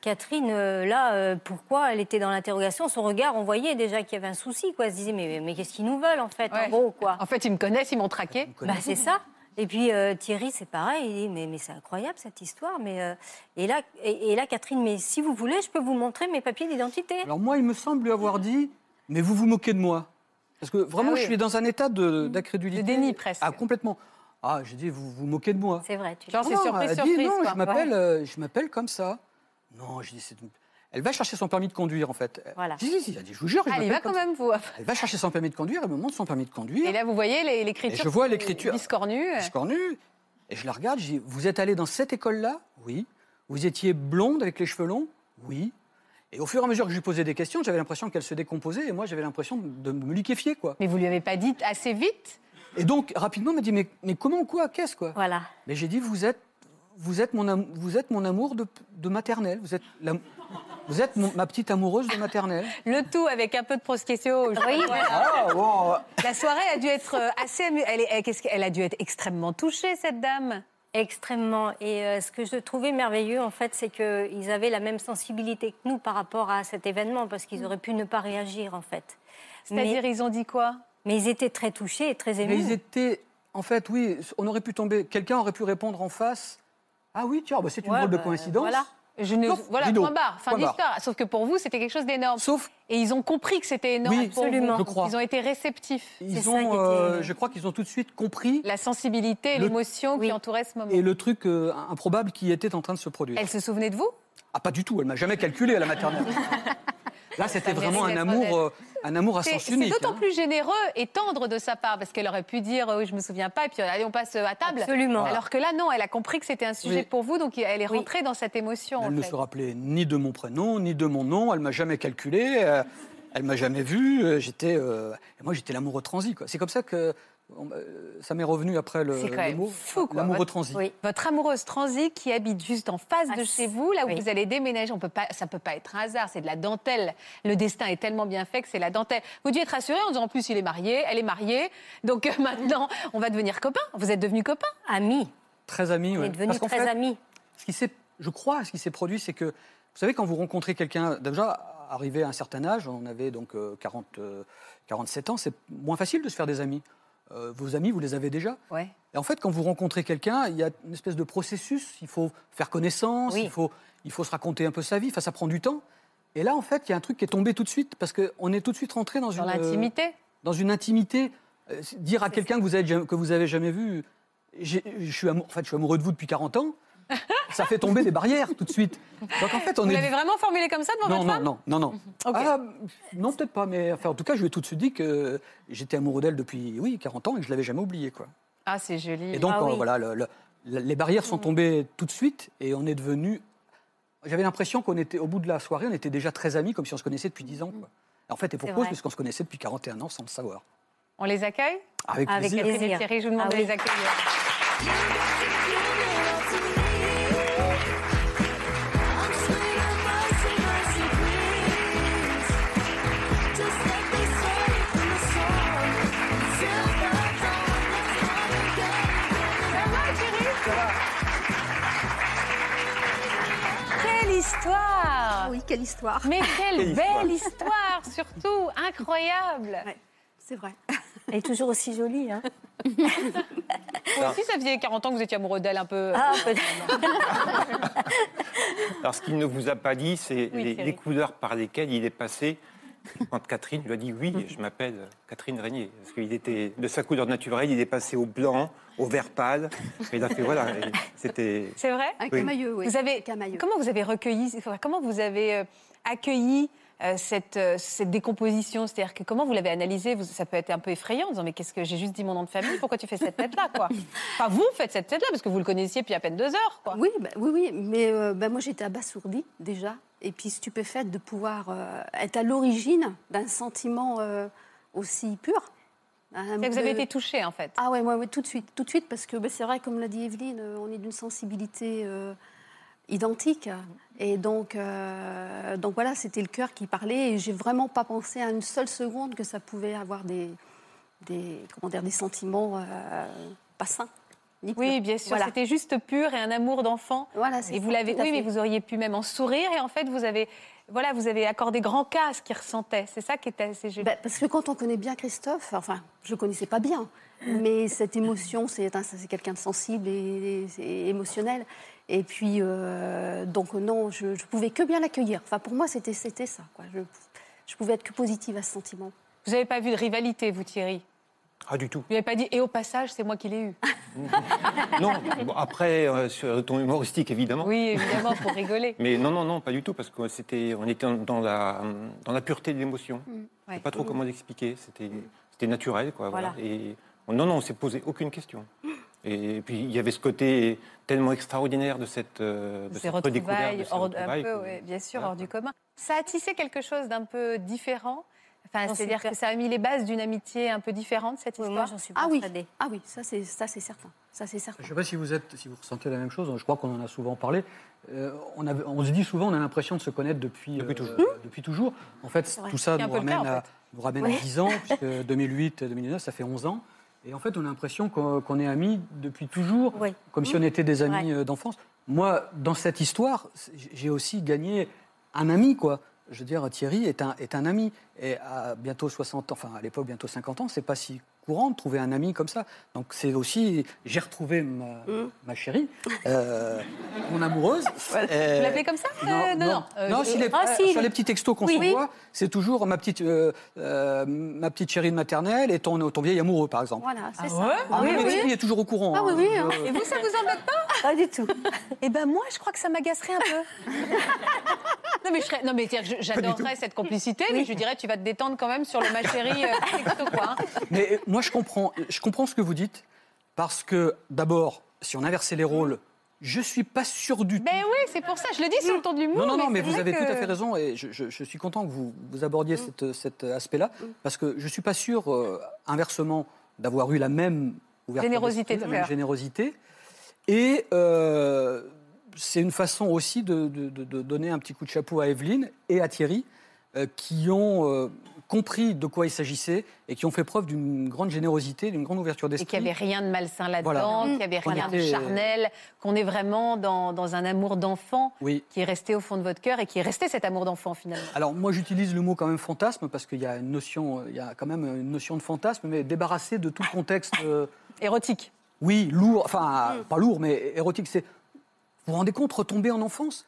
S7: Catherine, euh, là, euh, pourquoi elle était dans l'interrogation Son regard, on voyait déjà qu'il y avait un souci. Quoi. Elle se disait, mais, mais qu'est-ce qu'ils nous veulent, en fait,
S5: Ouais. Ah,
S7: en gros, quoi
S5: En fait, ils me connaissent, ils m'ont traqué.
S7: Bah, c'est ça. Et puis euh, Thierry, c'est pareil. Il dit, mais, mais c'est incroyable, cette histoire. Mais, euh, et, là, et, et là, Catherine, mais si vous voulez, je peux vous montrer mes papiers d'identité.
S3: Alors moi, il me semble lui avoir dit, mais vous vous moquez de moi. Parce que vraiment,
S5: Ah oui.
S3: je suis dans un état de- d'incrédulité.
S5: De déni, presque.
S3: Ah, complètement. Ah, j'ai dit, vous vous moquez de moi.
S7: C'est vrai. Tu
S5: Genre, c'est
S3: Non,
S5: surprise,
S3: elle a dit,
S5: surprise.
S3: non,
S5: quoi.
S3: je m'appelle, euh, je m'appelle comme ça. Non, je dis, c'est... une- Elle va chercher son permis de conduire, en fait.
S7: Voilà.
S3: Si, si, si, elle a dit, je vous jure, je
S5: Allez,
S3: m'appelle
S5: va
S3: comme
S5: quand même, vous.
S3: ça. Elle va chercher son permis de conduire, elle me montre son permis de
S5: Et
S3: conduire.
S5: là, vous voyez les-
S3: Et
S5: l'écriture.
S3: je vois l'écriture.
S5: Biscornue.
S3: Je suis cornu. Et je la regarde, je dis, vous êtes allé dans cette école-là Oui. Vous étiez blonde avec les cheveux longs Oui. Et au fur et à mesure que je lui posais des questions, j'avais l'impression qu'elle se décomposait et moi j'avais l'impression de me liquéfier, quoi.
S5: Mais vous lui avez pas dit assez vite
S3: Et donc, rapidement, elle m'a dit, mais, mais comment, quoi, qu'est-ce, quoi
S7: Voilà.
S3: Mais j'ai dit, vous êtes, vous êtes, mon, am- vous êtes mon amour de, de maternelle, vous êtes, la- vous êtes mon- ma petite amoureuse de maternelle.
S5: Le tout avec un peu de prosquetio. je-
S3: Ah, bon,
S5: La soirée a dû être euh, assez amu- Elle, est- elle- qu'est-ce qu'elle a dû être extrêmement touchée, cette dame.
S7: Extrêmement. Et euh, ce que je trouvais merveilleux, en fait, c'est qu'ils avaient la même sensibilité que nous par rapport à cet événement, parce qu'ils auraient pu ne pas réagir, en fait.
S5: Mm. C'est-à-dire, ils ont dit quoi
S7: Mais ils étaient très touchés et très émus.
S3: Mais ils étaient, en fait, oui, on aurait pu tomber, quelqu'un aurait pu répondre en face, ah oui, tiens, bah, c'est une
S7: Ouais,
S3: drôle de
S7: bah,
S3: coïncidence.
S7: voilà.
S5: je ne...
S3: Sauf
S5: Voilà,
S3: Dino.
S5: point barre, fin
S3: Point barre.
S5: d'histoire. Sauf que pour vous, c'était quelque chose d'énorme.
S3: Sauf,
S5: Et ils ont compris que c'était énorme.
S3: Oui,
S5: pour vous.
S7: absolument.
S3: Je crois.
S5: Ils ont été réceptifs.
S3: ils
S7: ça
S3: ont,
S7: qui était-
S3: euh, je crois qu'ils ont tout de suite compris
S5: La sensibilité et
S3: Le-
S5: l'émotion qui
S7: Oui.
S5: entouraient ce moment.
S3: et le truc euh, improbable qui était en train de se produire.
S5: Elle se souvenait de vous
S3: Ah, pas du tout, elle m'a jamais calculé à la
S5: [LAUGHS]
S3: maternelle. Là, c'était
S5: mérite
S3: vraiment un
S5: d'être
S3: amour, euh, un amour à
S5: C'est
S3: sens
S5: c'est
S3: unique.
S5: d'autant
S3: hein.
S5: plus généreux et tendre de sa part, parce qu'elle aurait pu dire euh, oui, je me souviens pas, et puis allez, on passe euh, à table.
S7: Absolument.
S5: Alors que là, non, elle a compris que c'était un sujet
S3: Oui.
S5: pour vous, donc elle est
S7: Oui.
S5: rentrée dans cette émotion.
S3: Elle
S5: en
S3: ne
S5: fait.
S3: se rappelait ni de mon prénom, ni de mon nom. Elle m'a jamais calculé. euh, elle m'a jamais vu. euh, J'étais, euh, et moi, j'étais l'amoureux transi. quoi. C'est comme ça que on- euh, ça m'est revenu après le,
S5: C'est quand
S3: le
S5: même
S3: mot.
S5: fou, quoi.
S3: L'amoureux
S5: Votre-
S3: transi.
S7: Oui.
S5: Votre amoureuse transi qui habite juste en face
S7: Ah,
S5: de
S7: c'est-
S5: chez vous, là où
S7: oui.
S5: vous allez déménager, on peut pas, ça peut pas être un hasard, c'est de la dentelle. Le destin est tellement bien fait que c'est la dentelle. Vous deviez être rassuré en disant en plus il est marié, elle est mariée, donc euh, [LAUGHS] maintenant on va devenir copains. Vous êtes devenus copains.
S7: Amis.
S3: Très ami.
S7: On
S3: ouais.
S7: est
S3: Parce
S7: devenus
S3: qu'en
S7: très
S3: fait,
S7: amis.
S3: ce qui s'est, je crois, ce qui s'est produit, c'est que, vous savez, quand vous rencontrez quelqu'un, déjà, arrivé à un certain âge, on avait donc euh, 40, euh, 47 ans, c'est moins facile de se faire des amis. Euh, vos amis, vous les avez déjà.
S5: Ouais.
S3: Et en fait, quand vous rencontrez quelqu'un, il y a une espèce de processus. Il faut faire connaissance,
S7: Oui.
S3: il, faut, il faut se raconter un peu sa vie. Enfin, ça prend du temps. Et là, en fait, il y a un truc qui est tombé tout de suite, parce qu'on est tout de suite rentré dans,
S5: Dans
S3: une, euh,
S5: l'intimité.
S3: dans une intimité. Euh, c'est- dire à quelqu'un que vous n'avez jamais vu, j'ai- je suis, amou- en fait, je suis amoureux de vous depuis 40 ans, Ça fait tomber des barrières tout de suite. Donc en fait, on
S5: Vous
S3: est
S5: l'avez vraiment formulé comme ça devant
S3: non,
S5: votre
S3: non,
S5: femme
S3: non, non, non, Ah, non, peut-être pas, mais enfin, en tout cas, je lui ai tout de suite dit que j'étais amoureux d'elle depuis, oui, 40 ans et que je l'avais jamais oublié, quoi.
S5: Ah, c'est joli.
S3: Et donc,
S7: Ah
S3: euh,
S7: oui.
S3: voilà, le- le- le- les barrières sont tombées tout de suite et on est devenu. J'avais l'impression qu'on était, au bout de la soirée, on était déjà très amis, comme si on se connaissait depuis 10 ans, quoi. En fait, et pour
S7: C'est
S3: cause,
S7: vrai.
S3: puisqu'on se connaissait depuis 41 ans sans le savoir.
S5: On les accueille
S3: Avec,
S7: Avec
S3: plaisir.
S5: Catherine et
S7: Plaisir.
S5: Thierry, je vous demande
S7: Ah
S5: de
S7: oui.
S5: les accueillir. Quelle
S7: Ah
S5: histoire
S6: Oui, quelle histoire.
S5: Mais
S3: Quelle
S5: quelle
S3: histoire.
S5: belle histoire, surtout Incroyable
S6: C'est vrai.
S7: Elle est toujours aussi jolie. Hein.
S5: Vous aussi, ça faisait 40 ans que vous étiez amoureux d'elle un peu...
S7: Ah, peut-être.
S8: Alors, ce qu'il ne vous a pas dit, c'est
S5: Oui,
S8: les,
S5: Thierry.
S8: les couleurs par lesquelles il est passé quand Catherine lui a dit Oui, je m'appelle Catherine Régnier. Parce qu'il était de sa couleur naturelle, il est passé au blanc, au vert pâle. Et il a fait Voilà. et C'était.
S5: C'est vrai
S6: Un
S8: Oui.
S6: camailleux, oui.
S5: Vous avez,
S6: Camailleux.
S5: comment vous avez recueilli, comment vous avez euh, accueilli euh, cette, euh, cette décomposition C'est-à-dire que comment vous l'avez analysée Vous- Ça peut être un peu effrayant en disant mais qu'est-ce que j'ai juste dit mon nom de famille Pourquoi tu fais cette tête-là
S6: [LAUGHS]
S5: quoi Enfin vous faites cette tête-là parce que vous le connaissiez depuis à peine deux heures quoi.
S6: Oui, bah, oui, oui, mais euh, bah, moi j'étais abasourdie déjà, et puis stupéfaite de pouvoir euh, être à l'origine d'un sentiment euh, aussi pur. Un
S5: C'est-à-dire que Vous avez
S6: peu-
S5: été touchée en fait.
S6: euh, Ah ouais, ouais, ouais, tout de suite, tout de suite, parce que bah, c'est vrai, comme l'a dit Evelyne, euh, on est d'une sensibilité euh, identique, et donc, euh, donc voilà, c'était le cœur qui parlait, et j'ai vraiment pas pensé à une seule seconde que ça pouvait avoir des, des comment dire, des sentiments euh, pas sains. ni
S5: Oui
S6: purs.
S5: bien sûr.
S6: Voilà.
S5: C'était juste pur et un amour d'enfant.
S6: Voilà, c'est
S5: Et vous
S6: ça,
S5: l'avez.
S6: tout à
S5: Oui mais
S6: fait.
S5: vous auriez pu même en sourire et en fait vous avez voilà vous avez accordé grand cas à ce qu'il ressentait. C'est ça qui était assez joli.
S6: Ben, parce que quand on connaît bien Christophe, enfin, je le connaissais pas bien, mais cette émotion, c'est un- c'est quelqu'un de sensible et, et émotionnel. Et puis, euh, donc non, je, je pouvais que bien l'accueillir. Enfin, pour moi, c'était c'était ça. Quoi. Je, je pouvais être que positive à ce sentiment.
S5: Vous n'avez pas vu de rivalité vous Thierry.
S8: Ah, du tout.
S5: Vous n'avez pas dit et au passage c'est moi qui l'ai eu.
S8: Non. Bon, après, euh, sur le ton humoristique, évidemment.
S5: Oui évidemment pour
S3: [LAUGHS]
S5: rigoler.
S8: Mais non, non, non, pas du tout, parce que c'était, on était dans la, dans la pureté de l'émotion.
S5: Mm.
S8: Je sais pas trop comment l'expliquer. C'était, c'était naturel, quoi. Voilà. Et non, non, on s'est posé aucune question.
S5: Mm.
S8: Et puis il y avait ce côté tellement extraordinaire de cette, euh, de
S5: Ces
S8: cette
S5: retrouvailles,
S8: redécouverte, de ces
S5: hors, un
S8: retrouvailles
S5: peu,
S8: que-
S5: ouais, bien sûr,
S8: voilà,
S5: hors du
S8: quoi.
S5: commun. Ça a tissé quelque chose d'un peu différent. Enfin,
S7: J'en suis
S5: c'est-à-dire
S7: per-
S5: que ça a mis les bases d'une amitié un peu différente, cette
S7: Oui,
S5: histoire.
S7: moi, j'en suis
S6: Ah oui,
S7: persuadée.
S6: ah oui, ça c'est ça c'est certain. Ça c'est certain.
S3: Je ne sais pas si vous, êtes, si vous ressentez la même chose, je crois qu'on en a souvent parlé. Euh, on, avait- on se dit souvent, on a l'impression de se connaître depuis,
S8: Depuis
S3: euh,
S8: toujours.
S3: depuis toujours. En fait,
S6: vrai.
S3: tout ça
S5: C'est un
S3: nous
S5: peu le
S3: ramène,
S5: cas, en
S3: à, nous ramène à 10 ans,
S5: [LAUGHS]
S3: puisque 2008, 2009, ça fait 11 ans. Et en fait, on a l'impression qu'on qu'on est amis depuis toujours,
S7: Oui.
S3: comme
S5: Mmh.
S3: si on était des amis
S7: Ouais.
S3: euh, d'enfance. Moi, dans cette histoire, c'est- j'ai aussi gagné un ami, quoi. Je veux dire, Thierry est un, est un ami. Et à bientôt 60 ans, enfin à l'époque, bientôt 50 ans, c'est pas si courant de trouver un ami comme ça. Donc c'est aussi, j'ai retrouvé ma, ma chérie, euh, mon amoureuse.
S5: Vous
S3: Euh,
S5: l'appelez comme ça Euh,
S3: non, non.
S5: Euh,
S3: Non,
S5: euh,
S3: si les-
S7: ah, si,
S3: sur
S7: le-
S3: les petits textos qu'on
S7: Oui.
S3: s'envoie, c'est toujours ma petite, euh, euh, ma petite chérie de maternelle et ton, ton vieil amoureux, par exemple.
S6: Voilà, c'est
S5: Ah
S6: ça.
S5: ouais
S6: Ah oui,
S3: Mais
S6: oui.
S3: Thierry est toujours au courant.
S6: Ah oui,
S3: hein,
S6: oui,
S3: je-
S6: hein.
S5: Et vous, ça vous embête pas
S7: Pas du tout.
S5: Eh ben moi, je crois que ça m'agacerait un peu. Non mais, je serais- non, mais c'est-à-dire
S3: [LAUGHS]
S5: que je- j'adorerais cette complicité, mais je lui dirais tu vas te détendre quand même sur le ma chérie euh, [LAUGHS] texto quoi. hein.
S3: Mais euh, moi, je comprends, je comprends ce que vous dites, parce que d'abord, si on inversait les rôles, je suis pas sûr du tout.
S5: Ben oui, c'est pour ça, je le dis sur le ton de l'humour.
S3: Non, non, non, mais
S5: c'est
S3: vous
S5: vrai
S3: avez
S5: que- Mm.
S3: tout à fait raison, et je, je- je suis content que vous, vous abordiez cette- cet aspect-là, parce que je suis pas sûr, euh, inversement, d'avoir eu la même ouverture
S5: Générosité
S3: d'esprit,
S5: de
S3: la même
S5: cœur.
S3: générosité. Et euh, c'est une façon aussi de, de- de- de donner un petit coup de chapeau à Evelyne et à Thierry, euh, qui ont euh, compris de quoi il s'agissait et qui ont fait preuve d'une grande générosité, d'une grande ouverture
S5: Et
S3: d'esprit.
S5: qu'il n'y avait rien de malsain là-dedans,
S3: Voilà.
S5: qu'il n'y avait
S3: On
S5: rien de
S3: était- euh,
S5: charnel, qu'on est vraiment dans, dans un amour d'enfant
S3: Oui.
S5: qui est resté au fond de votre cœur et qui est resté cet amour d'enfant finalement.
S3: Alors moi j'utilise le mot quand même fantasme parce qu'il y a une notion, il y a quand même une notion de fantasme, mais débarrassé de tout le contexte, euh,
S5: Érotique.
S3: oui lourd, enfin pas lourd mais érotique. C'est vous vous rendez compte retomber en enfance.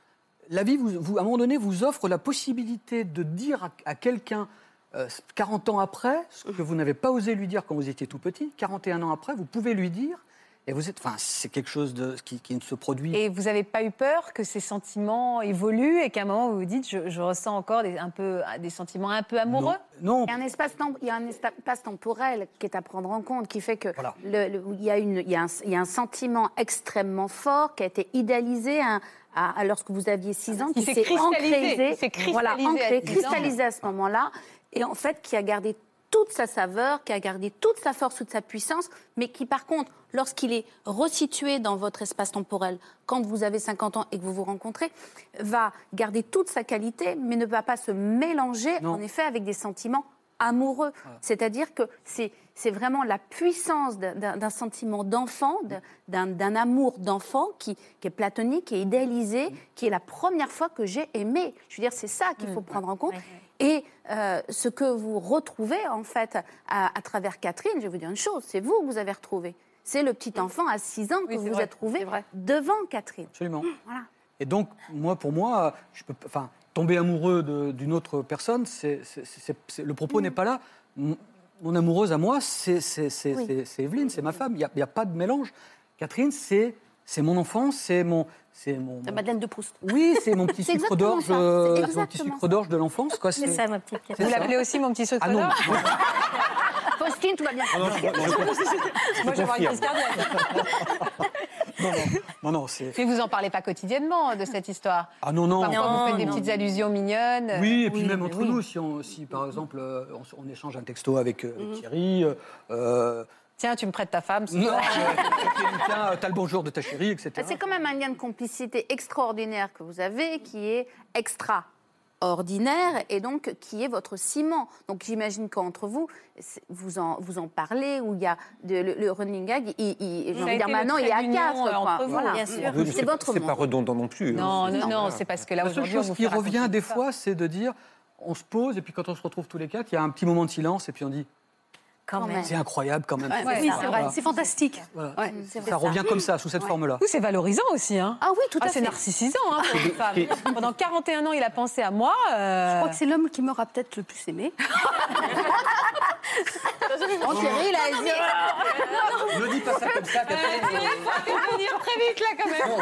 S3: La vie, vous, vous- à un moment donné, vous offre la possibilité de dire à, à quelqu'un euh, 40 ans après ce que vous n'avez pas osé lui dire quand vous étiez tout petit. 41 ans après, vous pouvez lui dire. Et Et vous êtes, enfin, c'est quelque chose de, qui, qui ne se produit.
S1: Et vous n'avez pas eu peur que ces sentiments évoluent et qu'à un moment vous vous dites je, je ressens encore des, un peu, ah, des sentiments un peu amoureux
S3: non, non,
S9: Il y a un espace, temp- il y a un espace temporel qui est à prendre en compte, qui fait que
S3: Voilà.
S9: le- le- il, y a une- il y a un, il y a un sentiment extrêmement fort qui a été idéalisé à, à- à lorsque vous aviez 6 ans,
S5: Qui s'est cristallisé, qui s'est cristallisé
S9: voilà,
S5: à
S9: ancré,
S5: 10 ans.
S9: cristallisé à ce moment-là, et en fait qui a gardé toute sa saveur, qui a gardé toute sa force, toute sa puissance, mais qui par contre, lorsqu'il est resitué dans votre espace temporel, quand vous avez 50 ans et que vous vous rencontrez, va garder toute sa qualité, mais ne va pas se mélanger
S3: Non.
S9: en effet avec des sentiments amoureux. C'est-à-dire que c'est c'est vraiment la puissance d'un- d'un d'un sentiment d'enfant, d'un- d'un d'un amour d'enfant qui, qui est platonique, qui est idéalisé, qui est la première fois que j'ai aimé. Je veux dire, c'est ça qu'il faut prendre en compte. Et euh, ce que vous retrouvez, en fait, à, à travers Catherine, je vais vous dire une chose, c'est vous que vous avez retrouvé. C'est le petit enfant à 6 ans que
S5: Oui, c'est
S9: vous
S5: vrai,
S9: avez trouvé
S5: c'est vrai.
S9: devant Catherine.
S3: absolument.
S9: Mmh, Voilà.
S3: Et donc, moi, pour moi, je peux, enfin, tomber amoureux de- d'une autre personne, c'est, c'est- c'est- c'est- le
S9: Mmh.
S3: propos n'est pas là. Mon mon amoureuse à moi, c'est, c'est, c'est-
S9: Oui.
S3: c'est- c'est Evelyne, c'est ma femme. Il n'y a, il y a pas de mélange. Catherine, c'est, c'est mon enfant, c'est mon, c'est mon,
S5: Euh,
S6: La Madeleine de Proust.
S3: oui, c'est mon petit
S9: Ah bah, C'est
S3: sucre
S9: exactement
S3: d'orge,
S9: ça, c'est
S3: euh, c'est mon
S9: exactement
S3: petit
S9: ça.
S3: sucre d'orge de l'enfance, quoi.
S7: C'est ça, ma petite
S3: c'est
S1: Vous
S3: ça.
S1: l'appelez aussi mon petit sucre
S3: Ah non,
S1: d'or
S3: moi,
S9: Ah, Faustine, tout va bien.
S8: Non, non, je- non, je
S1: Moi, je vais avoir une
S8: confirme.
S1: crise cardiaque.
S3: non, non, non, non, c'est.
S5: Mais vous en parlez pas quotidiennement de cette histoire.
S3: Ah non, non.
S5: Parfois, vous faites des
S7: non.
S5: petites allusions mignonnes.
S9: euh,
S3: Oui, et puis même
S7: mais
S3: entre
S7: oui.
S3: nous, si, on- si,
S9: Mmh.
S3: par exemple euh, on, s- on échange un texto avec, euh, avec Thierry, euh, euh,
S1: Tiens, tu me prêtes ta femme. ce
S3: non,
S1: soir.
S3: euh, tiens, t'as le bonjour de ta chérie, etc.
S9: Ah, C'est quand même un lien de complicité extraordinaire que vous avez, qui est extraordinaire et donc qui est votre ciment. Donc j'imagine qu'entre vous, c'est- vous en, vous en parlez, où il y a de- le, le running gag, il, il- j'ai
S5: Ça
S9: envie
S5: a
S9: de
S5: été
S9: dire
S5: le
S9: maintenant il est
S5: trait
S9: à
S5: d'union,
S9: quatre.
S5: euh,
S9: quoi.
S5: entre vous,
S9: Voilà.
S5: bien sûr.
S8: Oui, mais
S9: C'est
S8: c'est
S9: votre
S8: pas- C'est pas
S9: monde.
S8: redondant non plus.
S5: Non,
S8: hein,
S5: non,
S8: c'est-
S5: non,
S8: voilà.
S5: c'est parce que là
S3: La seule
S5: aujourd'hui, on
S3: chose
S5: vous
S3: qui
S5: fait raconter
S3: revient des
S5: ça.
S3: fois, c'est de dire, on se pose et puis quand on se retrouve tous les quatre, il y a un petit moment de silence et puis on dit,
S7: quand même.
S3: c'est incroyable quand même.
S1: Ouais,
S6: oui,
S1: ça,
S6: c'est
S3: voilà.
S6: vrai, c'est fantastique.
S3: Voilà.
S6: Ouais.
S9: C'est vrai,
S3: Ça revient comme ça, sous cette forme-là.
S1: Vous, c'est valorisant aussi. Hein.
S9: Ah oui, tout
S1: Ah,
S9: à
S1: c'est
S9: fait.
S1: narcissisant hein, pour une femme. Pendant 41 ans, il a pensé à moi. euh,
S6: Je crois que c'est l'homme qui m'aura peut-être le plus aimé.
S9: Bon, Thierry, il a dit,
S3: Ne dis pas ça comme ça,
S8: Alors,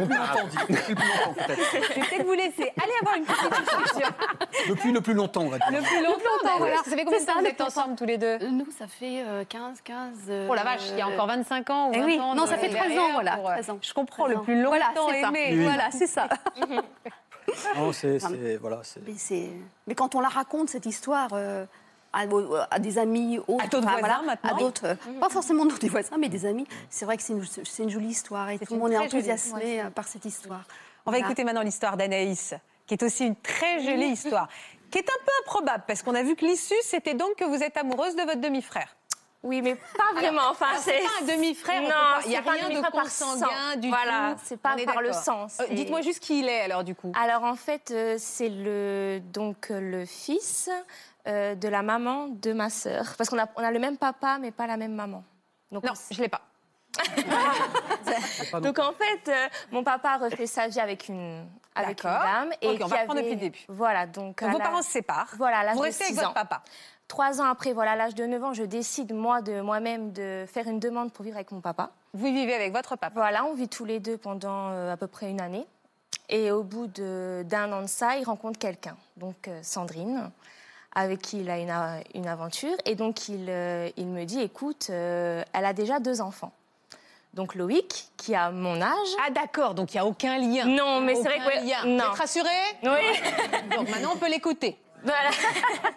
S8: on part.
S3: Depuis le plus longtemps, peut-être.
S1: Je vais peut-être vous laisser. Allez avoir une petite discussion.
S3: Depuis le plus longtemps, on va dire.
S1: Le plus longtemps, voilà. Ça fait combien de
S6: C'est
S1: temps
S6: ça,
S1: que vous
S6: le
S1: êtes ensemble tous les deux
S6: Euh, Nous, ça fait euh, 15, 15. euh,
S5: Oh la vache, il y a encore 25 ans ou
S6: Eh
S5: 20
S6: oui,
S5: ans.
S6: non,
S5: de-
S6: ça fait 13 ans, voilà,
S5: pour, euh,
S6: 13 ans.
S5: Je comprends, le
S6: 13 ans.
S5: plus longtemps
S6: Voilà, c'est ça.
S1: aimé.
S6: Voilà, c'est ça.
S3: Non, c'est, c'est- voilà, c'est-
S6: Mais, c'est- mais quand on la raconte, cette histoire, euh, à, à des amis, autres,
S1: À d'autres
S6: enfin,
S1: voisins, maintenant.
S6: à d'autres, euh, pas forcément nous, des voisins, mais des amis, c'est vrai que c'est une, c'est une jolie histoire et tout
S5: une
S6: le monde est
S5: très jolie
S6: enthousiasmé euh, par cette histoire.
S1: On va
S6: Voilà.
S1: écouter maintenant l'histoire d'Anaïs, qui est aussi une très jolie histoire, qui est un peu improbable, parce qu'on a vu que l'issue, c'était donc que vous êtes amoureuse de votre demi-frère.
S2: Oui, mais
S1: Ah
S2: pas vraiment. Enfin,
S1: c'est pas un demi-frère, on
S2: Ah, Non,
S1: peut pas- il y a
S2: c'est pas un
S1: rien de
S2: demi-frère par
S1: consanguin
S2: sang.
S1: du
S2: Voilà,
S1: tout.
S2: c'est
S1: On
S2: pas
S1: est
S2: par le
S1: d'accord.
S2: sang.
S1: Euh,
S2: c'est-
S1: Dites-moi juste qui il est, alors, du coup.
S2: Alors en fait, euh, c'est le donc euh, le fils euh, de la maman de ma sœur, parce qu'on a on a le même papa mais pas la même maman. Donc,
S1: Non,
S2: on s-
S1: je l'ai pas. Ah,
S3: c'est pas non
S2: donc en fait, euh, mon papa a refait sa vie avec une avec une
S1: D'accord.
S2: dame et
S1: Ok, on
S2: qui
S1: va reprendre
S2: avait-
S1: depuis le début.
S2: Voilà donc.
S1: Donc,
S2: à
S1: vos
S2: la-
S1: parents se séparent.
S2: Voilà, à l'âge
S1: Vous
S2: de
S1: restez avec
S2: six
S1: votre
S2: ans.
S1: papa.
S2: Trois ans après, voilà, à l'âge de 9 ans, je décide moi de moi-même de faire une demande pour vivre avec mon papa.
S1: Vous vivez avec votre papa.
S2: Voilà, on vit tous les deux pendant euh, à peu près une année. Et au bout de- d'un an de ça, il rencontre quelqu'un, donc euh, Sandrine, avec qui il a une, a- une aventure. Et donc il, euh, il me dit, écoute, euh, elle a déjà deux enfants. Donc Loïc, qui a mon âge. Oh,
S1: Ah, d'accord, donc il n'y a aucun lien.
S2: Ah, Non, mais c'est vrai
S1: Aucun
S2: que- ouais,
S1: lien.
S2: non.
S1: Vous êtes rassurée
S2: Oui.
S1: Donc, maintenant, on peut l'écouter.
S2: [LAUGHS] Voilà. [LAUGHS]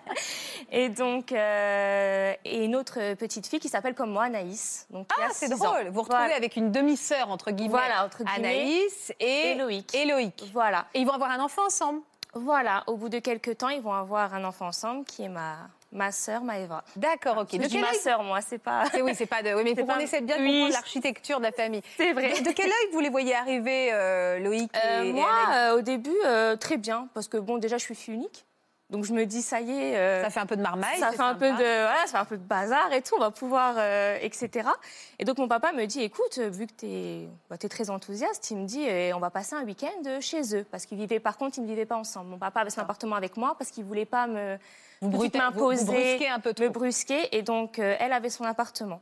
S2: et donc, euh, et une autre petite fille qui s'appelle comme moi, Anaïs. Donc, qui
S1: Ah,
S2: a
S1: [LAUGHS] c'est
S2: six ans.
S1: drôle. Vous vous retrouvez
S2: Voilà.
S1: avec une demi-sœur, entre guillemets.
S2: Voilà, entre guillemets.
S1: Anaïs et,
S2: Et Loïc.
S1: Et Loïc.
S2: Voilà.
S1: Et ils vont avoir un enfant ensemble.
S2: Voilà, au bout de quelques temps, ils vont avoir un enfant ensemble qui est ma, ma sœur Maëva.
S1: D'accord, ok.
S2: Je
S1: De
S2: dis
S1: quel
S2: ma
S1: œil
S2: sœur, moi, c'est pas...
S1: C'est- [LAUGHS] Oui, c'est pas de. Oui, mais
S2: C'est
S1: faut qu'on
S2: pas-
S1: essaie de bien de
S2: Oui.
S1: comprendre l'architecture de la famille.
S2: C'est [LAUGHS] vrai.
S1: De, de quel œil vous les voyez arriver, euh, Loïc et,
S2: Euh,
S1: et
S2: moi,
S1: Anaïs
S2: euh, au début, euh, très bien, parce que bon, déjà, je suis fille unique. Donc, je me dis, ça y est... euh,
S1: Ça fait un peu de marmaille.
S2: ça
S1: c'est
S2: fait un peu de
S1: sympa.
S2: voilà, ça fait un peu de bazar et tout on va pouvoir euh, etc et donc mon papa me dit écoute euh, vu que t'es bah, t'es très enthousiaste il me dit euh, on va passer un week-end euh, chez eux parce qu'ils vivaient par contre ils ne vivaient pas ensemble mon papa avait son appartement avec moi parce qu'il voulait pas me
S1: Ah. Vous
S2: tout de suite
S1: brutez- vous- vous brusquez un peu
S2: me
S1: trop.
S2: brusquer et donc euh, elle avait son appartement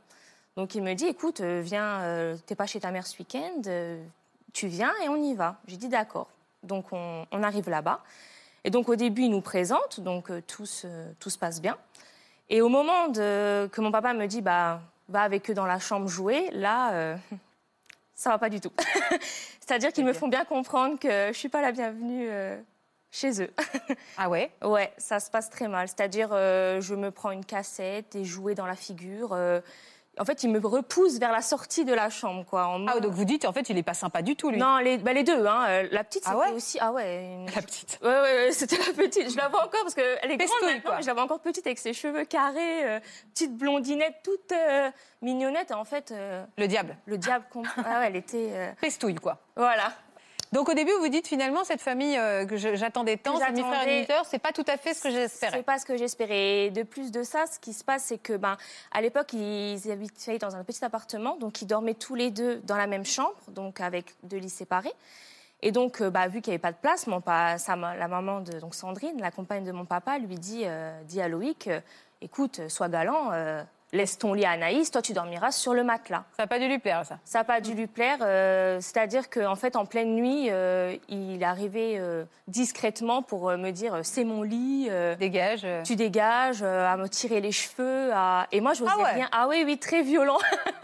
S2: Donc il me dit, écoute, euh, viens, euh, t'es pas chez ta mère ce week-end, euh, tu viens et on y va. J'ai dit d'accord. Donc on, on arrive là-bas. Et donc au début, il nous présente, donc euh, tout, se, tout se passe bien. Et au moment de, que mon papa me dit, bah, va avec eux dans la chambre jouer, là, euh, [LAUGHS] ça va pas du tout. [LAUGHS] C'est-à-dire qu'ils me font bien comprendre que je suis pas la bienvenue euh, chez eux.
S1: Ah ouais
S2: Ouais, ça se passe très mal. C'est-à-dire, euh, je me prends une cassette et jouer dans la figure. euh, en fait, ils me repoussent vers la sortie de la chambre, quoi. en
S10: Ah,
S2: mode-
S10: donc vous dites, en fait, il est pas sympa
S1: [LAUGHS]
S10: du tout, lui.
S2: Non, les, bah, les deux. Hein. Euh, La petite,
S10: Ah
S2: c'était
S10: ouais
S2: aussi. Ah ouais. une-
S10: La petite.
S2: Ouais, ouais, ouais, [LAUGHS] c'était la petite. Je la vois encore parce qu'elle est grande
S10: Pestouille,
S2: maintenant,
S10: quoi.
S2: mais je la vois encore petite avec ses cheveux carrés, euh, petite blondinette, toute euh, mignonnette. Et en fait, euh,
S10: Le diable.
S2: le diable.
S10: [LAUGHS]
S2: comp- Ah ouais, elle était. euh,
S10: Pestouille, quoi.
S2: Voilà.
S1: Donc au début, vous dites finalement, cette famille euh, que je- j'attendais tant,
S2: Que
S1: cette mi frère et
S2: j'attendais-
S1: demi-sœur, c'est pas tout à fait ce que j'espérais.
S2: C'est pas ce que j'espérais. Et de plus de ça, ce qui se passe, c'est que ben, à l'époque, ils habitaient dans un petit appartement, donc ils dormaient tous les deux dans la même chambre, donc avec deux lits séparés. Et donc, euh, bah, vu qu'il n'y avait pas de place, mon pa- sa ma- la maman de donc Sandrine, la compagne de mon papa, lui dit, euh, dit à Loïc, euh, écoute, sois galant, euh, laisse ton lit à Anaïs, toi tu dormiras sur le matelas.
S10: Ça n'a pas dû lui plaire, ça.
S2: Ça n'a pas dû lui plaire. euh, C'est-à-dire qu'en fait, en pleine nuit, euh, il arrivait euh, discrètement pour euh, me dire, c'est mon lit. euh,
S1: Dégage. euh.
S2: tu dégages, euh, à me tirer les cheveux, à... et moi j'osais
S1: Ah ouais.
S2: rien. Ah oui, oui, très violent.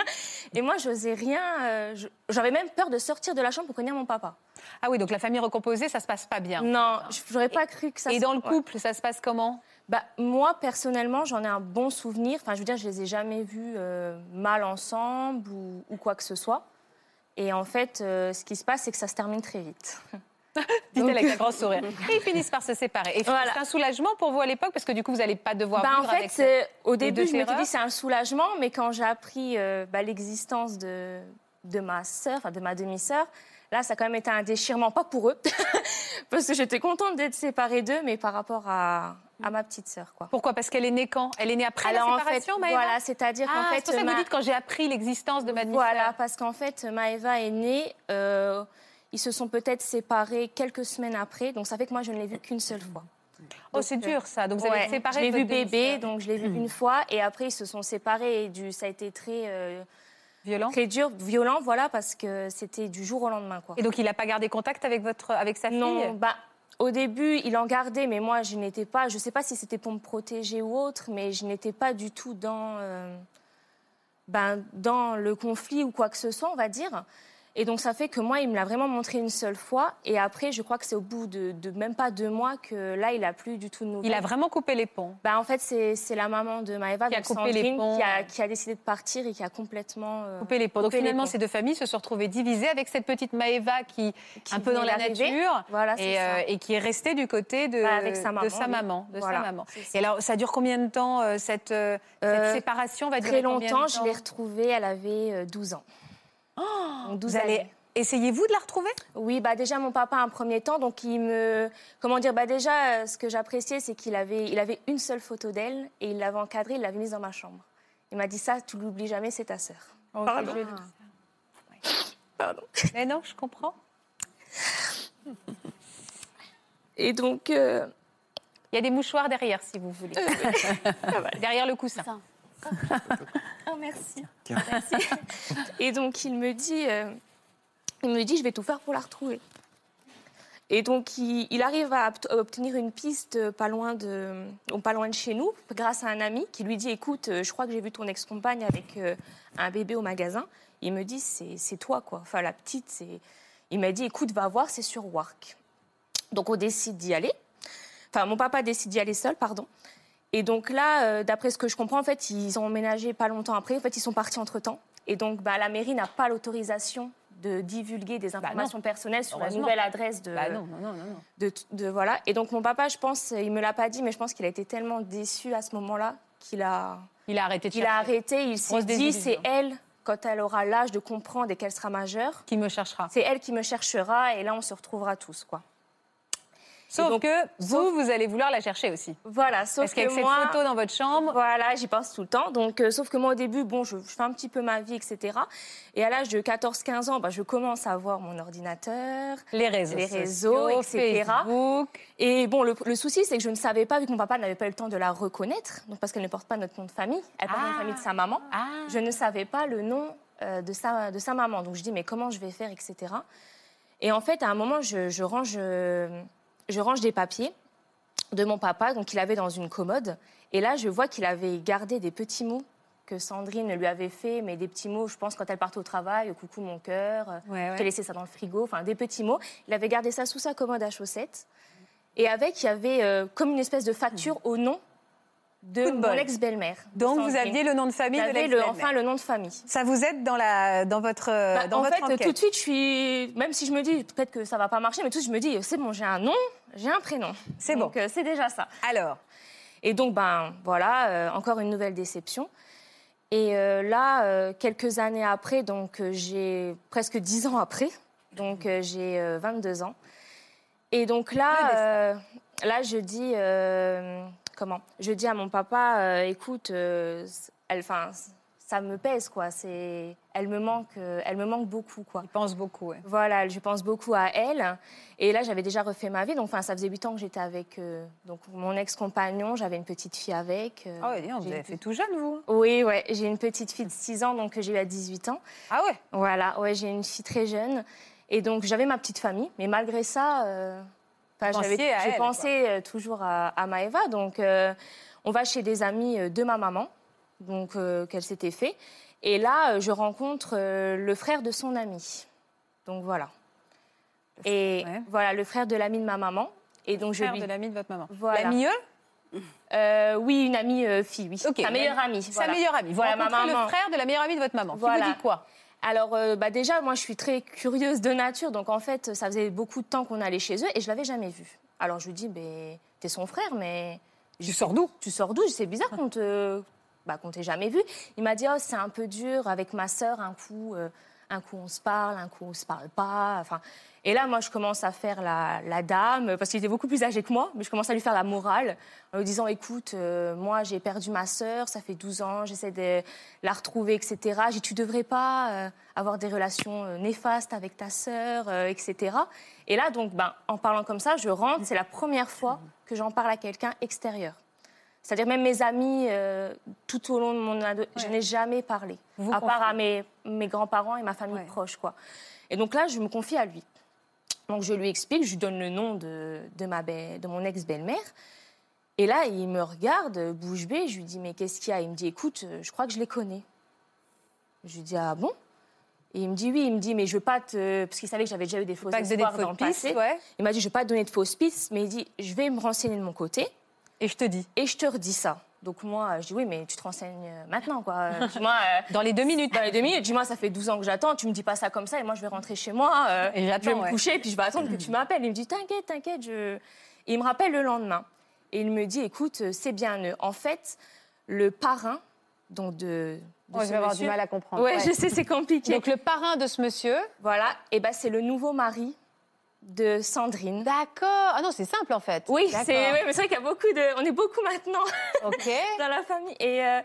S2: [LAUGHS] et moi j'osais rien. euh, je- J'avais même peur de sortir de la chambre pour connaître mon papa.
S1: Ah oui, donc la famille recomposée, ça se passe pas bien.
S2: Non, j'aurais pas cru que Mm. ça.
S1: Et
S2: se-
S1: dans le
S2: Ouais.
S1: couple, ça se passe comment
S2: Bah, moi, personnellement, j'en ai un bon souvenir. Enfin, je veux dire, je les ai jamais vus euh, mal ensemble ou, ou quoi que ce soit. Et en fait, euh, ce qui se passe, c'est que ça se termine très vite.
S1: Dit-elle avec un grand sourire. [LAUGHS] Et ils finissent par se séparer. Et
S2: Voilà.
S1: c'est un soulagement pour vous à l'époque, parce que du coup, vous n'allez pas devoir
S2: Bah, en
S1: vivre
S2: fait,
S1: avec cette-
S2: c'est- au
S1: les
S2: début,
S1: deux
S2: je m'étais
S1: terreurs.
S2: dit c'est un soulagement, mais quand j'ai appris euh, bah, l'existence de, de ma sœur, enfin, de ma demi-sœur, là, ça a quand même été un déchirement, pas pour eux, [LAUGHS] parce que j'étais contente d'être séparée d'eux, mais par rapport à, à ma petite sœur, quoi.
S1: Pourquoi Parce qu'elle est née quand Elle est née après la
S2: en fait,
S1: séparation, Maëva
S2: voilà, c'est-à-dire
S1: Ah,
S2: qu'en fait,
S1: c'est pour ça que vous
S2: ma-
S1: dites quand j'ai appris l'existence de ma demi-sœur.
S2: voilà, parce qu'en fait, Maëva est née. euh, ils se sont peut-être séparés quelques semaines après, donc ça fait que moi, je ne l'ai vue qu'une seule fois.
S1: Oh, c'est dur ça. Donc vous
S2: Ouais,
S1: avez séparé
S2: Je l'ai
S1: votre
S2: vu bébé,
S1: demi-sœur.
S2: donc je l'ai vu une fois, et après ils se sont séparés. Et du, ça a été très, euh,
S1: violent.
S2: très dur, violent, voilà, parce que c'était du jour au lendemain, quoi.
S1: Et donc il n'a pas gardé contact avec votre avec sa fille.
S2: non, bah, au début il en gardait, mais moi je n'étais pas. Je sais pas si c'était pour me protéger ou autre, mais je n'étais pas du tout dans, euh, ben, dans le conflit ou quoi que ce soit, on va dire. Et donc ça fait que moi, il me l'a vraiment montré une seule fois. Et après, je crois que c'est au bout de, de même pas deux mois que là, il a plus du tout de nouvelles.
S1: Il a vraiment coupé les ponts.
S2: Bah, en fait, c'est c'est la maman de Maëva,
S1: Qui a
S2: donc
S1: coupé les
S2: Sandrine,
S1: ponts.
S2: qui, a, qui a décidé de partir et qui a complètement... euh,
S1: Coupé les ponts. Donc
S2: Coupé les
S1: finalement,
S2: ponts.
S1: ces deux familles se sont retrouvées divisées avec cette petite Maëva qui,
S2: qui
S1: un peu dans
S2: venait
S1: la
S2: d'arriver.
S1: nature
S2: Voilà, c'est
S1: et, euh, et qui est restée du côté de,
S2: Bah, avec sa maman,
S1: de sa
S2: oui.
S1: maman. de sa
S2: Voilà,
S1: maman.
S2: c'est ça.
S1: Et alors, ça dure combien de temps euh, cette, euh, cette
S2: Euh,
S1: séparation va
S2: ça.
S1: durer
S2: Très
S1: combien de
S2: longtemps, je
S1: temps Oh,
S2: l'ai retrouvée, elle avait euh, 12 ans. Donc, 12
S1: Vous allez-
S2: années.
S1: Essayez-vous de la retrouver
S2: Oui, bah déjà mon papa un premier temps, donc il me, comment dire, bah déjà euh, ce que j'appréciais, c'est qu'il avait, il avait une seule photo d'elle et il l'avait encadrée, il l'avait mise dans ma chambre. Il m'a dit ça, tu l'oublies jamais, c'est ta sœur.
S1: Pardon. Mais non, je comprends.
S2: Et donc, euh,
S1: Il y a des mouchoirs derrière, si vous
S2: [LAUGHS]
S1: voulez.
S2: Ah, bah,
S1: derrière le coussin.
S2: Et donc il me dit, euh, il me dit, je vais tout faire pour la retrouver. Et donc il, il arrive à obt- à obtenir une piste euh, pas loin de, donc pas loin de chez nous, grâce à un ami qui lui dit, écoute, euh, je crois que j'ai vu ton ex-compagne avec euh, un bébé au magasin. Il me dit, c'est c'est toi quoi. Enfin la petite, c'est. Il m'a dit, écoute, va voir, c'est sur Wark. Donc on décide d'y aller. Enfin mon papa décide d'y aller seul, pardon. Et donc là, euh, d'après ce que je comprends, en fait, ils ont emménagé pas longtemps après. En fait, ils sont partis entre-temps. Et donc, bah, la mairie n'a pas l'autorisation de divulguer
S1: Bah,
S2: des informations personnelles sur la
S1: Heureusement.
S2: nouvelle adresse de,
S1: Bah non, non, non, non, non.
S2: de, de- voilà. Et donc, mon papa, je pense, il me l'a pas dit, mais je pense qu'il a été tellement déçu à ce moment-là qu'il a,
S1: Il a arrêté de
S2: il
S1: chercher.
S2: a arrêté. Il s'est
S1: Grosse
S2: dit,
S1: désillusion.
S2: c'est elle, quand elle aura l'âge de comprendre et qu'elle sera majeure,
S1: Qui me cherchera
S2: c'est elle qui me cherchera et là, on se retrouvera tous, quoi.
S5: Sauf
S2: Et donc,
S5: que
S2: sauf-
S5: vous, vous allez vouloir la chercher aussi.
S2: Voilà, sauf
S5: Parce qu'avec
S2: que
S5: cette
S2: moi,
S5: photo dans votre chambre,
S2: Voilà, j'y pense tout le temps. Donc, euh, sauf que moi, au début, bon, je, je fais un petit peu ma vie, etc. Et à l'âge de 14-15 ans, bah, je commence à avoir mon ordinateur.
S5: les réseaux,
S2: Les réseaux,
S5: sociaux,
S2: etc..
S5: Facebook,
S2: Et bon, le, le souci, c'est que je ne savais pas, vu que mon papa n'avait pas eu le temps de la reconnaître, donc parce qu'elle ne porte pas notre nom de famille, elle porte le nom de
S5: Ah.
S2: famille de sa maman.
S5: Ah.
S2: Je ne savais pas le nom euh, de, sa, de sa maman. Donc, je dis, mais comment je vais faire, etc. Et en fait, à un moment, je, je range, euh, je range des papiers de mon papa, donc il avait dans une commode. Et là, je vois qu'il avait gardé des petits mots que Sandrine lui avait fait, mais des petits mots, je pense, quand elle partait au travail, coucou mon cœur, euh,
S5: Ouais,
S2: je
S5: ouais.
S2: t'ai laissé ça dans le frigo, enfin des petits mots. Il avait gardé ça sous sa commode à chaussettes. Et avec, il y avait euh, comme une espèce de facture au nom de
S5: Coup de
S2: mon
S5: bol.
S2: ex-belle-mère.
S5: Hmm. Donc vous
S2: Sandrine.
S5: aviez le nom de famille de
S2: J'avais
S5: lex
S2: le- enfin le nom de famille.
S5: Ça vous aide dans, la, dans votre, euh,
S2: Bah,
S5: dans
S2: en
S5: votre
S2: fait,
S5: enquête
S2: tout de suite, je suis. Même si je me dis peut-être que ça va pas marcher, mais tout de suite, je me dis c'est bon, j'ai un nom, j'ai un prénom.
S5: C'est
S2: Donc,
S5: bon.
S2: euh, c'est déjà ça.
S5: Alors,
S2: Et donc, ben voilà, euh, encore une nouvelle déception. Et euh, là, euh, quelques années après, donc euh, j'ai presque 10 ans après, donc euh, j'ai euh, 22 ans. Et donc là, euh, là je dis euh, comment Je dis à mon papa, euh, écoute, euh, elle, 'fin, ça me pèse quoi. C'est, elle me manque, euh, elle me manque beaucoup quoi.
S5: il pense beaucoup. ouais.
S2: Voilà, je pense beaucoup à elle. Et là, j'avais déjà refait ma vie. Donc, enfin, ça faisait 8 ans que j'étais avec euh, donc, mon ex-compagnon. J'avais une petite fille avec. euh,
S5: Ah ouais, dis donc, vous
S2: j'ai
S5: avez
S2: une
S5: fait
S2: petite-
S5: tout jeune, vous
S2: Oui, ouais, j'ai une petite fille de 6 ans, donc euh, j'ai eu à 18 ans.
S5: Ah ouais
S2: Voilà, ouais, j'ai une fille très jeune. Et donc, j'avais ma petite famille. Mais malgré ça, euh, enfin,
S5: Vous
S2: j'avais-
S5: pensiez à
S2: je
S5: elle,
S2: pensais euh, toujours à, à Maëva. Donc, euh, on va chez des amis euh, de ma maman, donc euh, qu'elle s'était fait. Et là, euh, je rencontre euh, le frère de son ami. Donc, voilà. Et
S5: Ouais.
S2: voilà, le frère de l'ami de ma maman. Et donc, je
S5: Frère
S2: lui...
S5: de l'ami de votre maman.
S2: Voilà.
S5: L'ami E
S2: Euh, oui, une amie euh, fille, oui.
S5: Ok,
S2: Sa meilleure
S5: la-
S2: amie.
S5: Sa
S2: voilà.
S5: meilleure amie. Vous
S2: Voilà, ma
S5: rencontrez
S2: maman.
S5: le frère de la meilleure amie de votre maman. Qui
S2: Voilà.
S5: vous dit quoi
S2: Alors, euh, bah déjà, moi, je suis très curieuse de nature. Donc, en fait, ça faisait beaucoup de temps qu'on allait chez eux et je l'avais jamais vu. Alors, je lui dis, ben, t'es son frère, mais.
S5: Tu sors d'où
S2: Tu sors d'où C'est bizarre qu'on te. Bah, qu'on t'ait jamais vu. Il m'a dit, oh, c'est un peu dur avec ma sœur, un coup. euh, un coup on se parle, un coup on se parle pas. Enfin, et là, moi, je commence à faire la, la dame parce qu'il était beaucoup plus âgé que moi, mais je commence à lui faire la morale en lui disant écoute, euh, moi, j'ai perdu ma sœur, ça fait 12 ans, j'essaie de la retrouver, etc. J'ai dit, tu devrais pas euh, avoir des relations euh, néfastes avec ta sœur, euh, etc. Et là, donc, ben, en parlant comme ça, je rentre. C'est la première fois que j'en parle à quelqu'un extérieur. C'est-à-dire même mes amis, euh, tout au long de mon ado, je n'ai jamais parlé,
S5: Vous
S2: à part
S5: confiez.
S2: à mes, mes grands-parents et ma famille
S5: Ouais.
S2: proche, quoi. Et donc là, je me confie à lui. Donc je lui explique, je lui donne le nom de, de, ma be- de mon ex-belle-mère. Et là, il me regarde, euh, bouche bée, je lui dis, mais qu'est-ce qu'il y a Il me dit, écoute, euh, je crois que je les connais. Je lui dis, ah bon Et il me dit, oui, il me dit, mais je veux pas te... Parce qu'il savait que j'avais déjà eu des fausses
S5: Pas que de
S2: espoirs
S5: défaut
S2: dans
S5: de
S2: le
S5: piste,
S2: passé.
S5: ouais.
S2: Il m'a dit, je vais pas te donner de fausses pistes, mais il dit, je vais me renseigner de mon côté
S5: Et je te dis,
S2: et je te redis ça. Donc moi, je dis oui, mais tu te renseignes euh, maintenant, quoi.
S5: [LAUGHS]
S2: Euh, Dis-moi, euh,
S5: dans les deux minutes.
S2: dans les deux minutes, dis-moi, ça fait 12 ans que j'attends, tu me dis pas ça comme ça, et moi, je vais rentrer chez moi, euh,
S5: Et j'attends,
S2: je vais me
S5: ouais.
S2: coucher, puis je vais attendre que tu m'appelles. Il me dit, t'inquiète, t'inquiète, je... Et il me rappelle le lendemain. Et il me dit, écoute, euh, c'est bien eux. En fait, le parrain, donc de... de
S5: Oh, je
S2: ce
S5: vais avoir du
S2: monsieur-
S5: mal à comprendre.
S2: Ouais,
S5: Ouais.
S2: je sais, c'est compliqué.
S5: Donc le parrain de ce monsieur.
S2: voilà, et ben c'est le nouveau mari de Sandrine.
S5: D'accord. Ah non, c'est simple en fait.
S2: Oui,
S5: D'accord.
S2: c'est ouais, mais c'est vrai qu'il y a beaucoup de... On est beaucoup maintenant. [LAUGHS]
S5: [LAUGHS] Ok.
S2: dans la famille. Et, euh,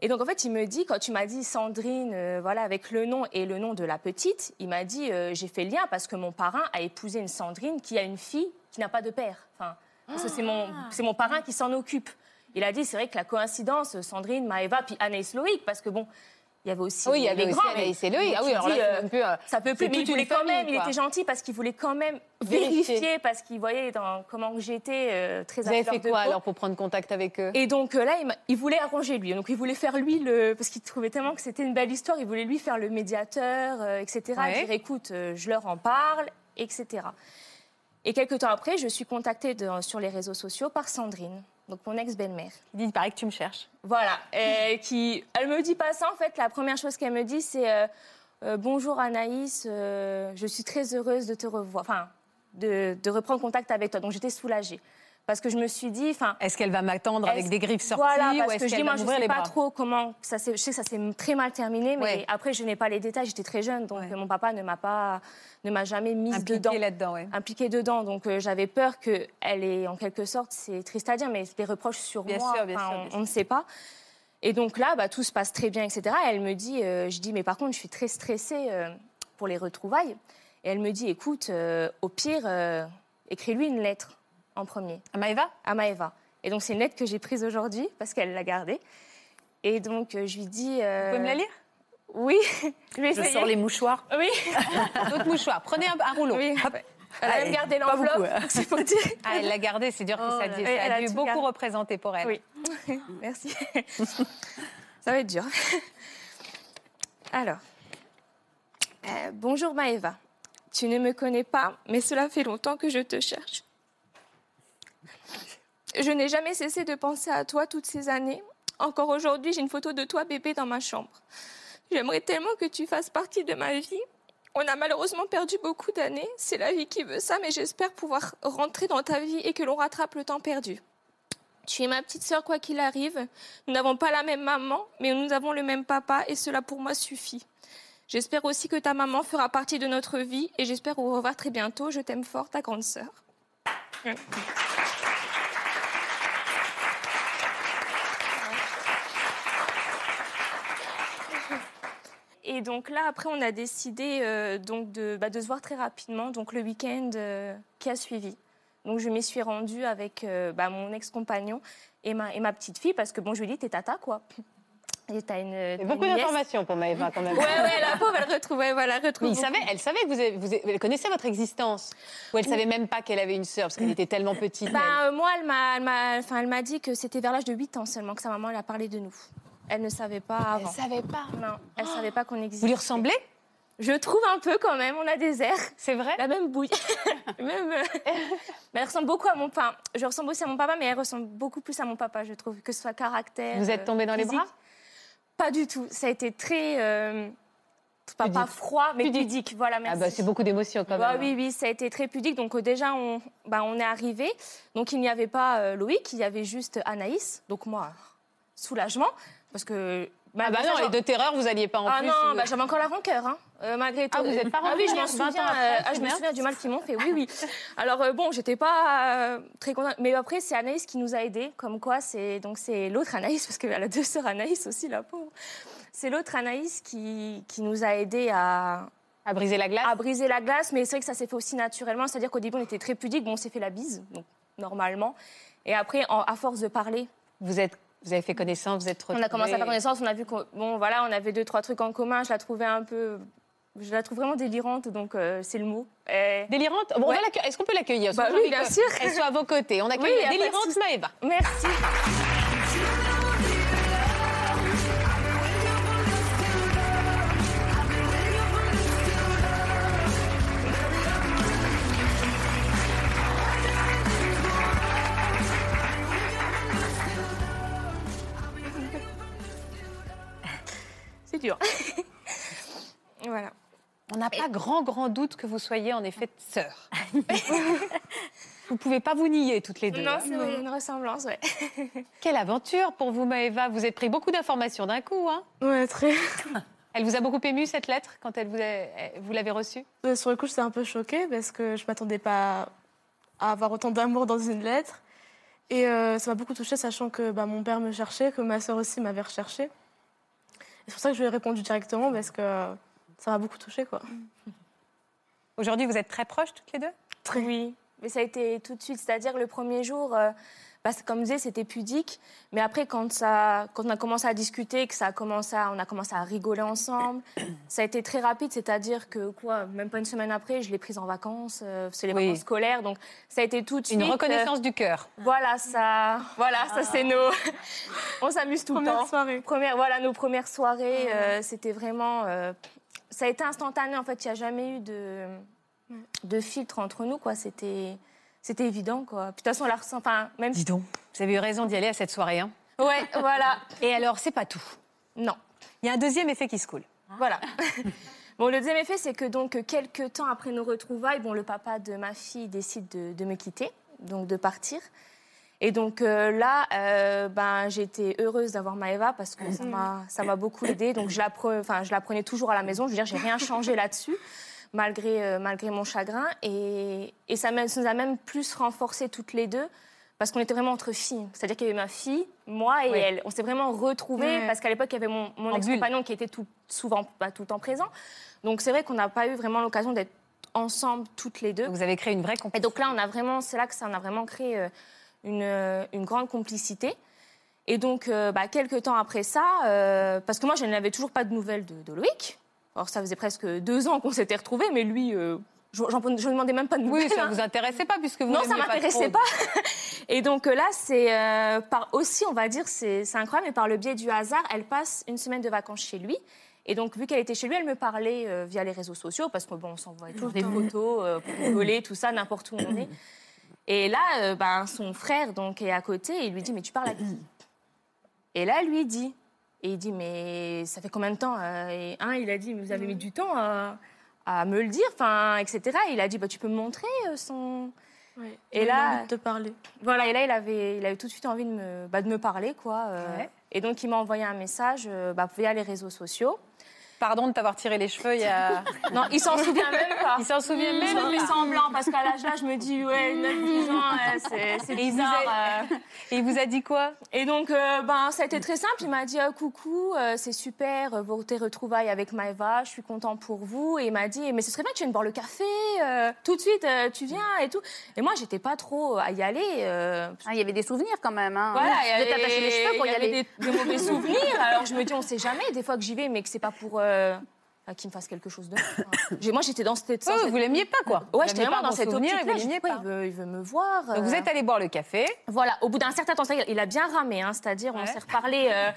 S2: et donc, en fait, il me dit, quand tu m'as dit Sandrine, euh, voilà, avec le nom et le nom de la petite, il m'a dit, euh, j'ai fait le lien parce que mon parrain a épousé une Sandrine qui a une fille qui n'a pas de père. Enfin, parce que c'est mon,
S5: Ah.
S2: c'est mon parrain qui s'en occupe. Il a dit, c'est vrai que la coïncidence, euh, Sandrine, Maëva, puis Anaïs Loïc, parce que bon, il y avait aussi.
S5: Oui, il y
S2: les
S5: avait aussi
S2: grands, mais
S5: Anaïs et Loïc.
S2: bon,
S5: Ah oui,
S2: tu
S5: alors
S2: dis,
S5: là, c'est
S2: euh,
S5: même plus, euh,
S2: ça peut plus,
S5: c'est
S2: mais il
S5: toute une
S2: voulait quand
S5: famille,
S2: même, il
S5: quoi.
S2: était gentil parce qu'il voulait quand même
S5: Vérifier.
S2: vérifier, parce qu'il voyait dans comment que j'étais euh, très
S5: Vous
S2: à
S5: avez
S2: fleur
S5: fait
S2: de
S5: quoi
S2: peau.
S5: alors pour prendre contact avec eux
S2: Et donc euh, là, il, m'a- il voulait arranger lui. Donc il voulait faire lui le. Parce qu'il trouvait tellement que c'était une belle histoire, il voulait lui faire le médiateur, euh, etc.
S5: Ouais.
S2: Et dire écoute, euh, je leur en parle, etc. Et quelques temps après, je suis contactée de- sur les réseaux sociaux par Sandrine, donc mon ex-belle-mère.
S4: Il dit, il paraît que tu me cherches.
S2: Voilà. euh, qui, elle me dit pas ça, en fait. La première chose qu'elle me dit, c'est euh, euh, Bonjour Anaïs, euh, je suis très heureuse de te revoir. Enfin, de, de reprendre contact avec toi. Donc j'étais soulagée. Parce que je me suis dit, enfin,
S10: Est-ce qu'elle va m'attendre avec
S2: Est-ce-
S10: des griffes sorties
S2: Voilà,
S10: ou
S2: parce
S10: est-ce
S2: que je
S10: qu'elle
S2: dis,
S10: va
S2: moi, je ne
S10: m'ouvrir
S2: sais
S10: les
S2: pas
S10: bras
S2: trop comment. Ça, s'est- je sais que ça s'est très mal terminé, mais
S10: Ouais.
S2: après, je n'ai pas les détails. J'étais très jeune, donc
S10: Ouais.
S2: euh, mon papa ne m'a pas, ne m'a jamais mise dedans,
S10: Impliquée là-dedans, ouais.
S2: impliquée dedans. Donc euh, j'avais peur que elle ait, en quelque sorte, c'est triste à dire, mais des reproches sur
S10: Bien
S2: moi.
S10: sûr, bien
S2: Enfin,
S10: sûr,
S2: on-
S10: bien
S2: on, ne sait pas. Et donc là, bah, tout se passe très bien, etc. Elle me dit, euh, je dis, mais par contre, je suis très stressée euh, pour les retrouvailles. Et elle me dit, écoute, euh, au pire, euh, écris-lui une lettre en premier
S10: Ah, Maëva
S2: à Maëva. Et donc, c'est une lettre que j'ai prise aujourd'hui parce qu'elle l'a gardée. Et donc, euh, je lui dis.
S10: Vous
S2: euh,
S10: pouvez me la lire
S2: Oui, [LAUGHS] je vais
S4: Je
S2: essayer.
S4: sors les mouchoirs.
S10: [LAUGHS]
S2: Oui,
S5: D'autres mouchoirs. Prenez un, un rouleau.
S2: oui. Elle a
S4: Allez,
S2: même gardé
S4: pas
S2: l'enveloppe,
S4: beaucoup, hein.
S2: [LAUGHS] c'est pour dire.
S1: Ah, elle l'a gardé, c'est dur que
S2: Oh
S1: ça,
S2: là
S1: dit-
S2: là.
S1: ça
S2: Elle
S1: a
S2: a
S1: dû
S2: tout
S1: beaucoup
S2: gardé.
S1: représenter pour elle.
S2: Oui. Merci. [LAUGHS] Ça va être dur. Alors. Euh, bonjour Maëva. Tu ne me connais pas, mais cela fait longtemps que je te cherche. Je n'ai jamais cessé de penser à toi toutes ces années. Encore aujourd'hui, j'ai une photo de toi bébé dans ma chambre. J'aimerais tellement que tu fasses partie de ma vie. On a malheureusement perdu beaucoup d'années. C'est la vie qui veut ça, mais j'espère pouvoir rentrer dans ta vie et que l'on rattrape le temps perdu. Tu es ma petite sœur, quoi qu'il arrive. Nous n'avons pas la même maman, mais nous avons le même papa, et cela pour moi suffit. J'espère aussi que ta maman fera partie de notre vie, et j'espère vous revoir très bientôt. Je t'aime fort, ta grande sœur. Et donc là, après, on a décidé euh, donc de, bah, de se voir très rapidement, donc le week-end euh, qui a suivi. Donc je m'y suis rendue avec euh, bah, mon ex-compagnon et ma, et ma petite fille, parce que bon, je lui ai dit, t'es tata, quoi. Et t'as une. t'as
S5: C'est
S2: une
S5: beaucoup
S2: nièce.
S5: d'informations pour Maëva quand même.
S2: Ouais, ouais, la pauvre, elle retrouve, ouais, voilà, elle retrouve.
S5: Mais il savait, elle savait que vous, avez- vous avez- elle connaissait votre existence. Ou elle savait même pas qu'elle avait une sœur parce qu'elle était tellement petite.
S2: Bah, euh, moi, elle m'a, elle m'a- enfin, elle m'a dit que c'était vers l'âge de 8 ans seulement que sa maman elle a parlé de nous. Elle ne savait pas
S5: elle.
S2: avant.
S5: Elle savait pas.
S2: Non, elle savait pas qu'on existait.
S5: Eh, Vous lui ressemblez
S2: Je trouve un peu quand même, on a des
S5: [LAUGHS]
S2: airs.
S5: C'est vrai
S2: La même bouille. même, euh,
S5: [LAUGHS]
S2: Mais elle ressemble beaucoup à mon papa. Je ressemble aussi à mon papa, mais elle ressemble beaucoup plus à mon papa, je trouve, que ce soit caractère.
S5: Vous êtes
S2: euh,
S5: tombée dans les
S2: physique.
S5: bras
S2: Pas du tout. Ça a été très. euh, pas, pas froid, mais pudique. Voilà,
S5: Ah
S2: merci.
S5: bah c'est beaucoup d'émotions quand
S2: Bah
S5: même.
S2: oui, oui, ça a été très pudique. Donc euh, déjà, on, bah, on est arrivé. Donc il n'y avait pas euh, Loïc, il y avait juste Anaïs. Donc moi, soulagement, parce que...
S5: Ah bah
S2: malgré ça,
S5: non,
S2: j'en-
S5: les deux terreurs, vous alliez pas en
S2: Ah
S5: plus. euh,
S2: non,
S5: vous-
S2: bah, j'avais encore la rancœur, hein. Euh, malgré tout.
S5: Ah, vous êtes pas
S2: Ah oui, je
S5: rancunière,
S2: m'en
S5: 20 ans
S2: souviens.
S5: après,
S2: euh,
S5: c'est
S2: ah, je me
S5: bien.
S2: souviens du mal qu'ils m'ont fait. Oui, oui. Alors euh, bon, j'étais pas euh, très contente. Mais après, c'est Anaïs qui nous a aidés. Comme quoi, c'est donc c'est l'autre Anaïs parce qu'elle a deux sœurs Anaïs aussi, la pauvre. C'est l'autre Anaïs qui, qui nous a aidés à,
S5: à briser la glace.
S2: à briser la glace, mais c'est vrai que ça s'est fait aussi naturellement. C'est-à-dire qu'au début, on était très pudique, bon, on s'est fait la bise, donc normalement. Et après, en- à force de parler,
S5: Vous êtes, vous avez fait connaissance, vous êtes
S2: on a commencé à faire
S5: retrouvés.
S2: connaissance, on a vu qu'on bon, voilà, on avait deux, trois trucs en commun. Je la trouvais un peu. Je la trouve vraiment délirante, donc euh, c'est le mot. Et-
S5: Délirante Bon, on
S2: Ouais.
S5: va l'accueillir. Est-ce qu'on peut l'accueillir
S2: Bah
S5: Parce que
S2: oui,
S5: j'ai envie
S2: bien
S5: que-
S2: sûr.
S5: Elle soit à vos côtés. On accueille
S2: Oui,
S5: la
S2: y a pas de
S5: délirante
S2: souci.
S5: Maëva.
S2: Merci. C'est dur. [LAUGHS] voilà.
S5: On n'a pas grand, grand doute que vous soyez en effet
S2: [LAUGHS]
S5: sœurs. vous pouvez pas vous nier toutes les deux.
S2: Non,
S5: hein.
S2: c'est vrai, il y a une ressemblance, ouais.
S5: Quelle aventure pour vous, Maëva. Vous avez pris beaucoup d'informations d'un coup. Hein
S11: Ouais, très.
S5: elle vous a beaucoup ému, cette lettre, quand elle vous, a- elle- vous l'avez reçue
S11: Euh, Sur le coup, j'étais un peu choquée parce que je m'attendais pas à avoir autant d'amour dans une lettre. Et euh, ça m'a beaucoup touchée, sachant que bah, mon père me cherchait, que ma sœur aussi m'avait recherchée. Et C'est pour ça que je lui ai répondu directement parce que euh, ça m'a beaucoup touchée, quoi.
S5: Aujourd'hui, vous êtes très proches toutes les deux
S11: Très. Oui.
S2: Mais ça a été tout de suite, c'est-à-dire le premier jour, euh, bah, c'est- comme je disais, c'était pudique. Mais après, quand, ça, quand on a commencé à discuter, que ça a commencé à- on a commencé à rigoler
S5: [COUGHS]
S2: ensemble, ça a été très rapide, c'est-à-dire que quoi, même pas une semaine après, je l'ai prise en vacances, euh, c'est les
S5: Oui.
S2: vacances scolaires, donc ça a été tout de suite.
S5: Une
S2: euh,
S5: reconnaissance du cœur.
S2: voilà, ça, voilà, ça c'est nos. [LAUGHS] on s'amuse tout le
S11: Ah. Première
S2: temps.
S11: soirée. Ah
S2: Première, voilà, nos premières soirées, euh, c'était vraiment. euh, ça a été instantané, en fait. Il n'y a jamais eu de, de filtre entre nous, quoi. C'était. C'était évident, quoi. Puis, De toute façon, on la ressent. Enfin, même
S11: [LAUGHS]
S2: si.
S5: Dis donc, vous avez eu raison d'y aller à cette soirée. hein.
S2: Ouais, voilà.
S5: Et alors, c'est pas tout.
S2: Non.
S5: Il y a un deuxième effet qui se coule.
S10: Ah. [LAUGHS]
S2: Voilà. Bon, le deuxième effet, c'est que donc quelques temps après nos retrouvailles, bon, le papa de ma fille décide de, de me quitter, donc de partir. Et donc euh, là, euh, ben, j'étais heureuse d'avoir Maëva parce que ça m'a- ça m'a beaucoup aidée. Donc je la, pre- enfin, je la prenais toujours à la maison. Je veux dire, j'ai rien changé là-dessus, malgré, euh, malgré mon chagrin. Et, et ça, m'a- ça nous a même plus renforcées toutes les deux parce qu'on était vraiment entre filles. C'est-à-dire qu'il y avait ma fille, moi et
S10: Ouais.
S2: elle. On s'est vraiment retrouvées
S10: Ouais.
S2: parce qu'à l'époque, il y avait mon, mon
S10: En
S2: ex-compagnon qui était tout, souvent pas tout le temps présent. Donc c'est vrai qu'on n'a pas eu vraiment l'occasion d'être ensemble toutes les deux.
S1: Vous avez créé une vraie
S2: [LAUGHS]
S1: complicité.
S2: Et donc là, on a vraiment, c'est là que ça, on a vraiment créé euh, une, euh, une grande complicité. Et donc, euh, bah, quelques temps après ça, euh, parce que moi, je n'avais toujours pas de nouvelles de, de Loïc. Alors, ça faisait presque deux ans qu'on s'était retrouvés, mais lui, euh, je ne demandais même pas de nouvelles.
S5: Oui, ça
S2: hein.
S5: vous intéressait pas puisque vous
S2: Non, ça
S5: l'aimiez pas
S2: m'intéressait
S5: trop.
S2: pas. [LAUGHS] Et donc euh, là, c'est euh, par aussi, on va dire, c'est c'est incroyable, mais par le biais du hasard, elle passe une semaine de vacances chez lui. Et donc, vu qu'elle était chez lui, elle me parlait euh, via les réseaux sociaux, parce que bon, on s'envoie toujours des photos euh,
S5: [COUGHS]
S2: pour rigoler, tout ça, n'importe où on est. Et là, euh, ben, son frère donc est à côté et il lui dit mais tu parles à qui Et là, lui il dit et il dit mais ça fait combien de temps euh, Et un, il a dit mais vous avez mis du temps à, à me le dire, enfin etc. Et il a dit bah tu peux me montrer euh, son
S11: Et
S2: Et
S11: là,
S2: là-
S11: envie de te parler.
S2: voilà, et là, il avait, il avait tout de suite envie de me, bah, de me parler, quoi. euh,
S1: Ouais.
S2: Et donc, il m'a envoyé un message euh, bah, via les réseaux sociaux.
S1: Pardon de t'avoir tiré les cheveux il y a.
S2: [LAUGHS] Non, il s'en souvient même pas.
S1: Il s'en souvient
S2: Mmh,
S1: même
S2: J'en fais
S1: pas.
S2: semblant, parce qu'à l'âge-là, je me dis, ouais, 9-10 ans, ouais, c'est- c'est
S1: Et il vous
S2: bizarre.
S1: a-
S2: euh.
S1: Et il vous a dit quoi
S2: Et donc, euh, ben, ça a été très simple. Il m'a dit euh, Coucou, euh, c'est super, euh, vos tes retrouvailles avec Maeva, je suis content pour vous. Et il m'a dit Mais ce serait bien que tu viennes boire le café, euh, tout de suite, euh, tu viens et tout. Et moi, j'étais pas trop à y aller. euh,
S9: Ah, il y avait des souvenirs quand même. Hein.
S2: Voilà,
S9: Vous êtes attaché les cheveux pour y,
S2: il y avait
S9: aller.
S2: Des, des mauvais souvenirs. Alors je me dis, on sait jamais. Des fois que j'y vais, mais que c'est pas pour euh, enfin, qu'il me fasse quelque chose de. mal, quoi. J'ai- Moi, j'étais dans cette.
S1: Oh,
S2: dans cette-
S1: Vous l'aimiez pas quoi Vous
S2: Ouais, j'étais
S1: aviez pas
S2: vraiment
S1: un bon
S2: dans cette
S1: souvenir et
S2: optique-là.
S1: vous
S2: Je dis,
S1: l'aimiez
S2: pourquoi
S1: pas.
S2: il veut, il veut me voir.
S1: Donc vous
S2: euh,
S1: êtes allé boire le café.
S2: Voilà, au bout d'un certain temps, c'est-à-dire, il a bien ramé, hein, c'est-à-dire on s'est reparlé,
S1: [LAUGHS]
S2: euh,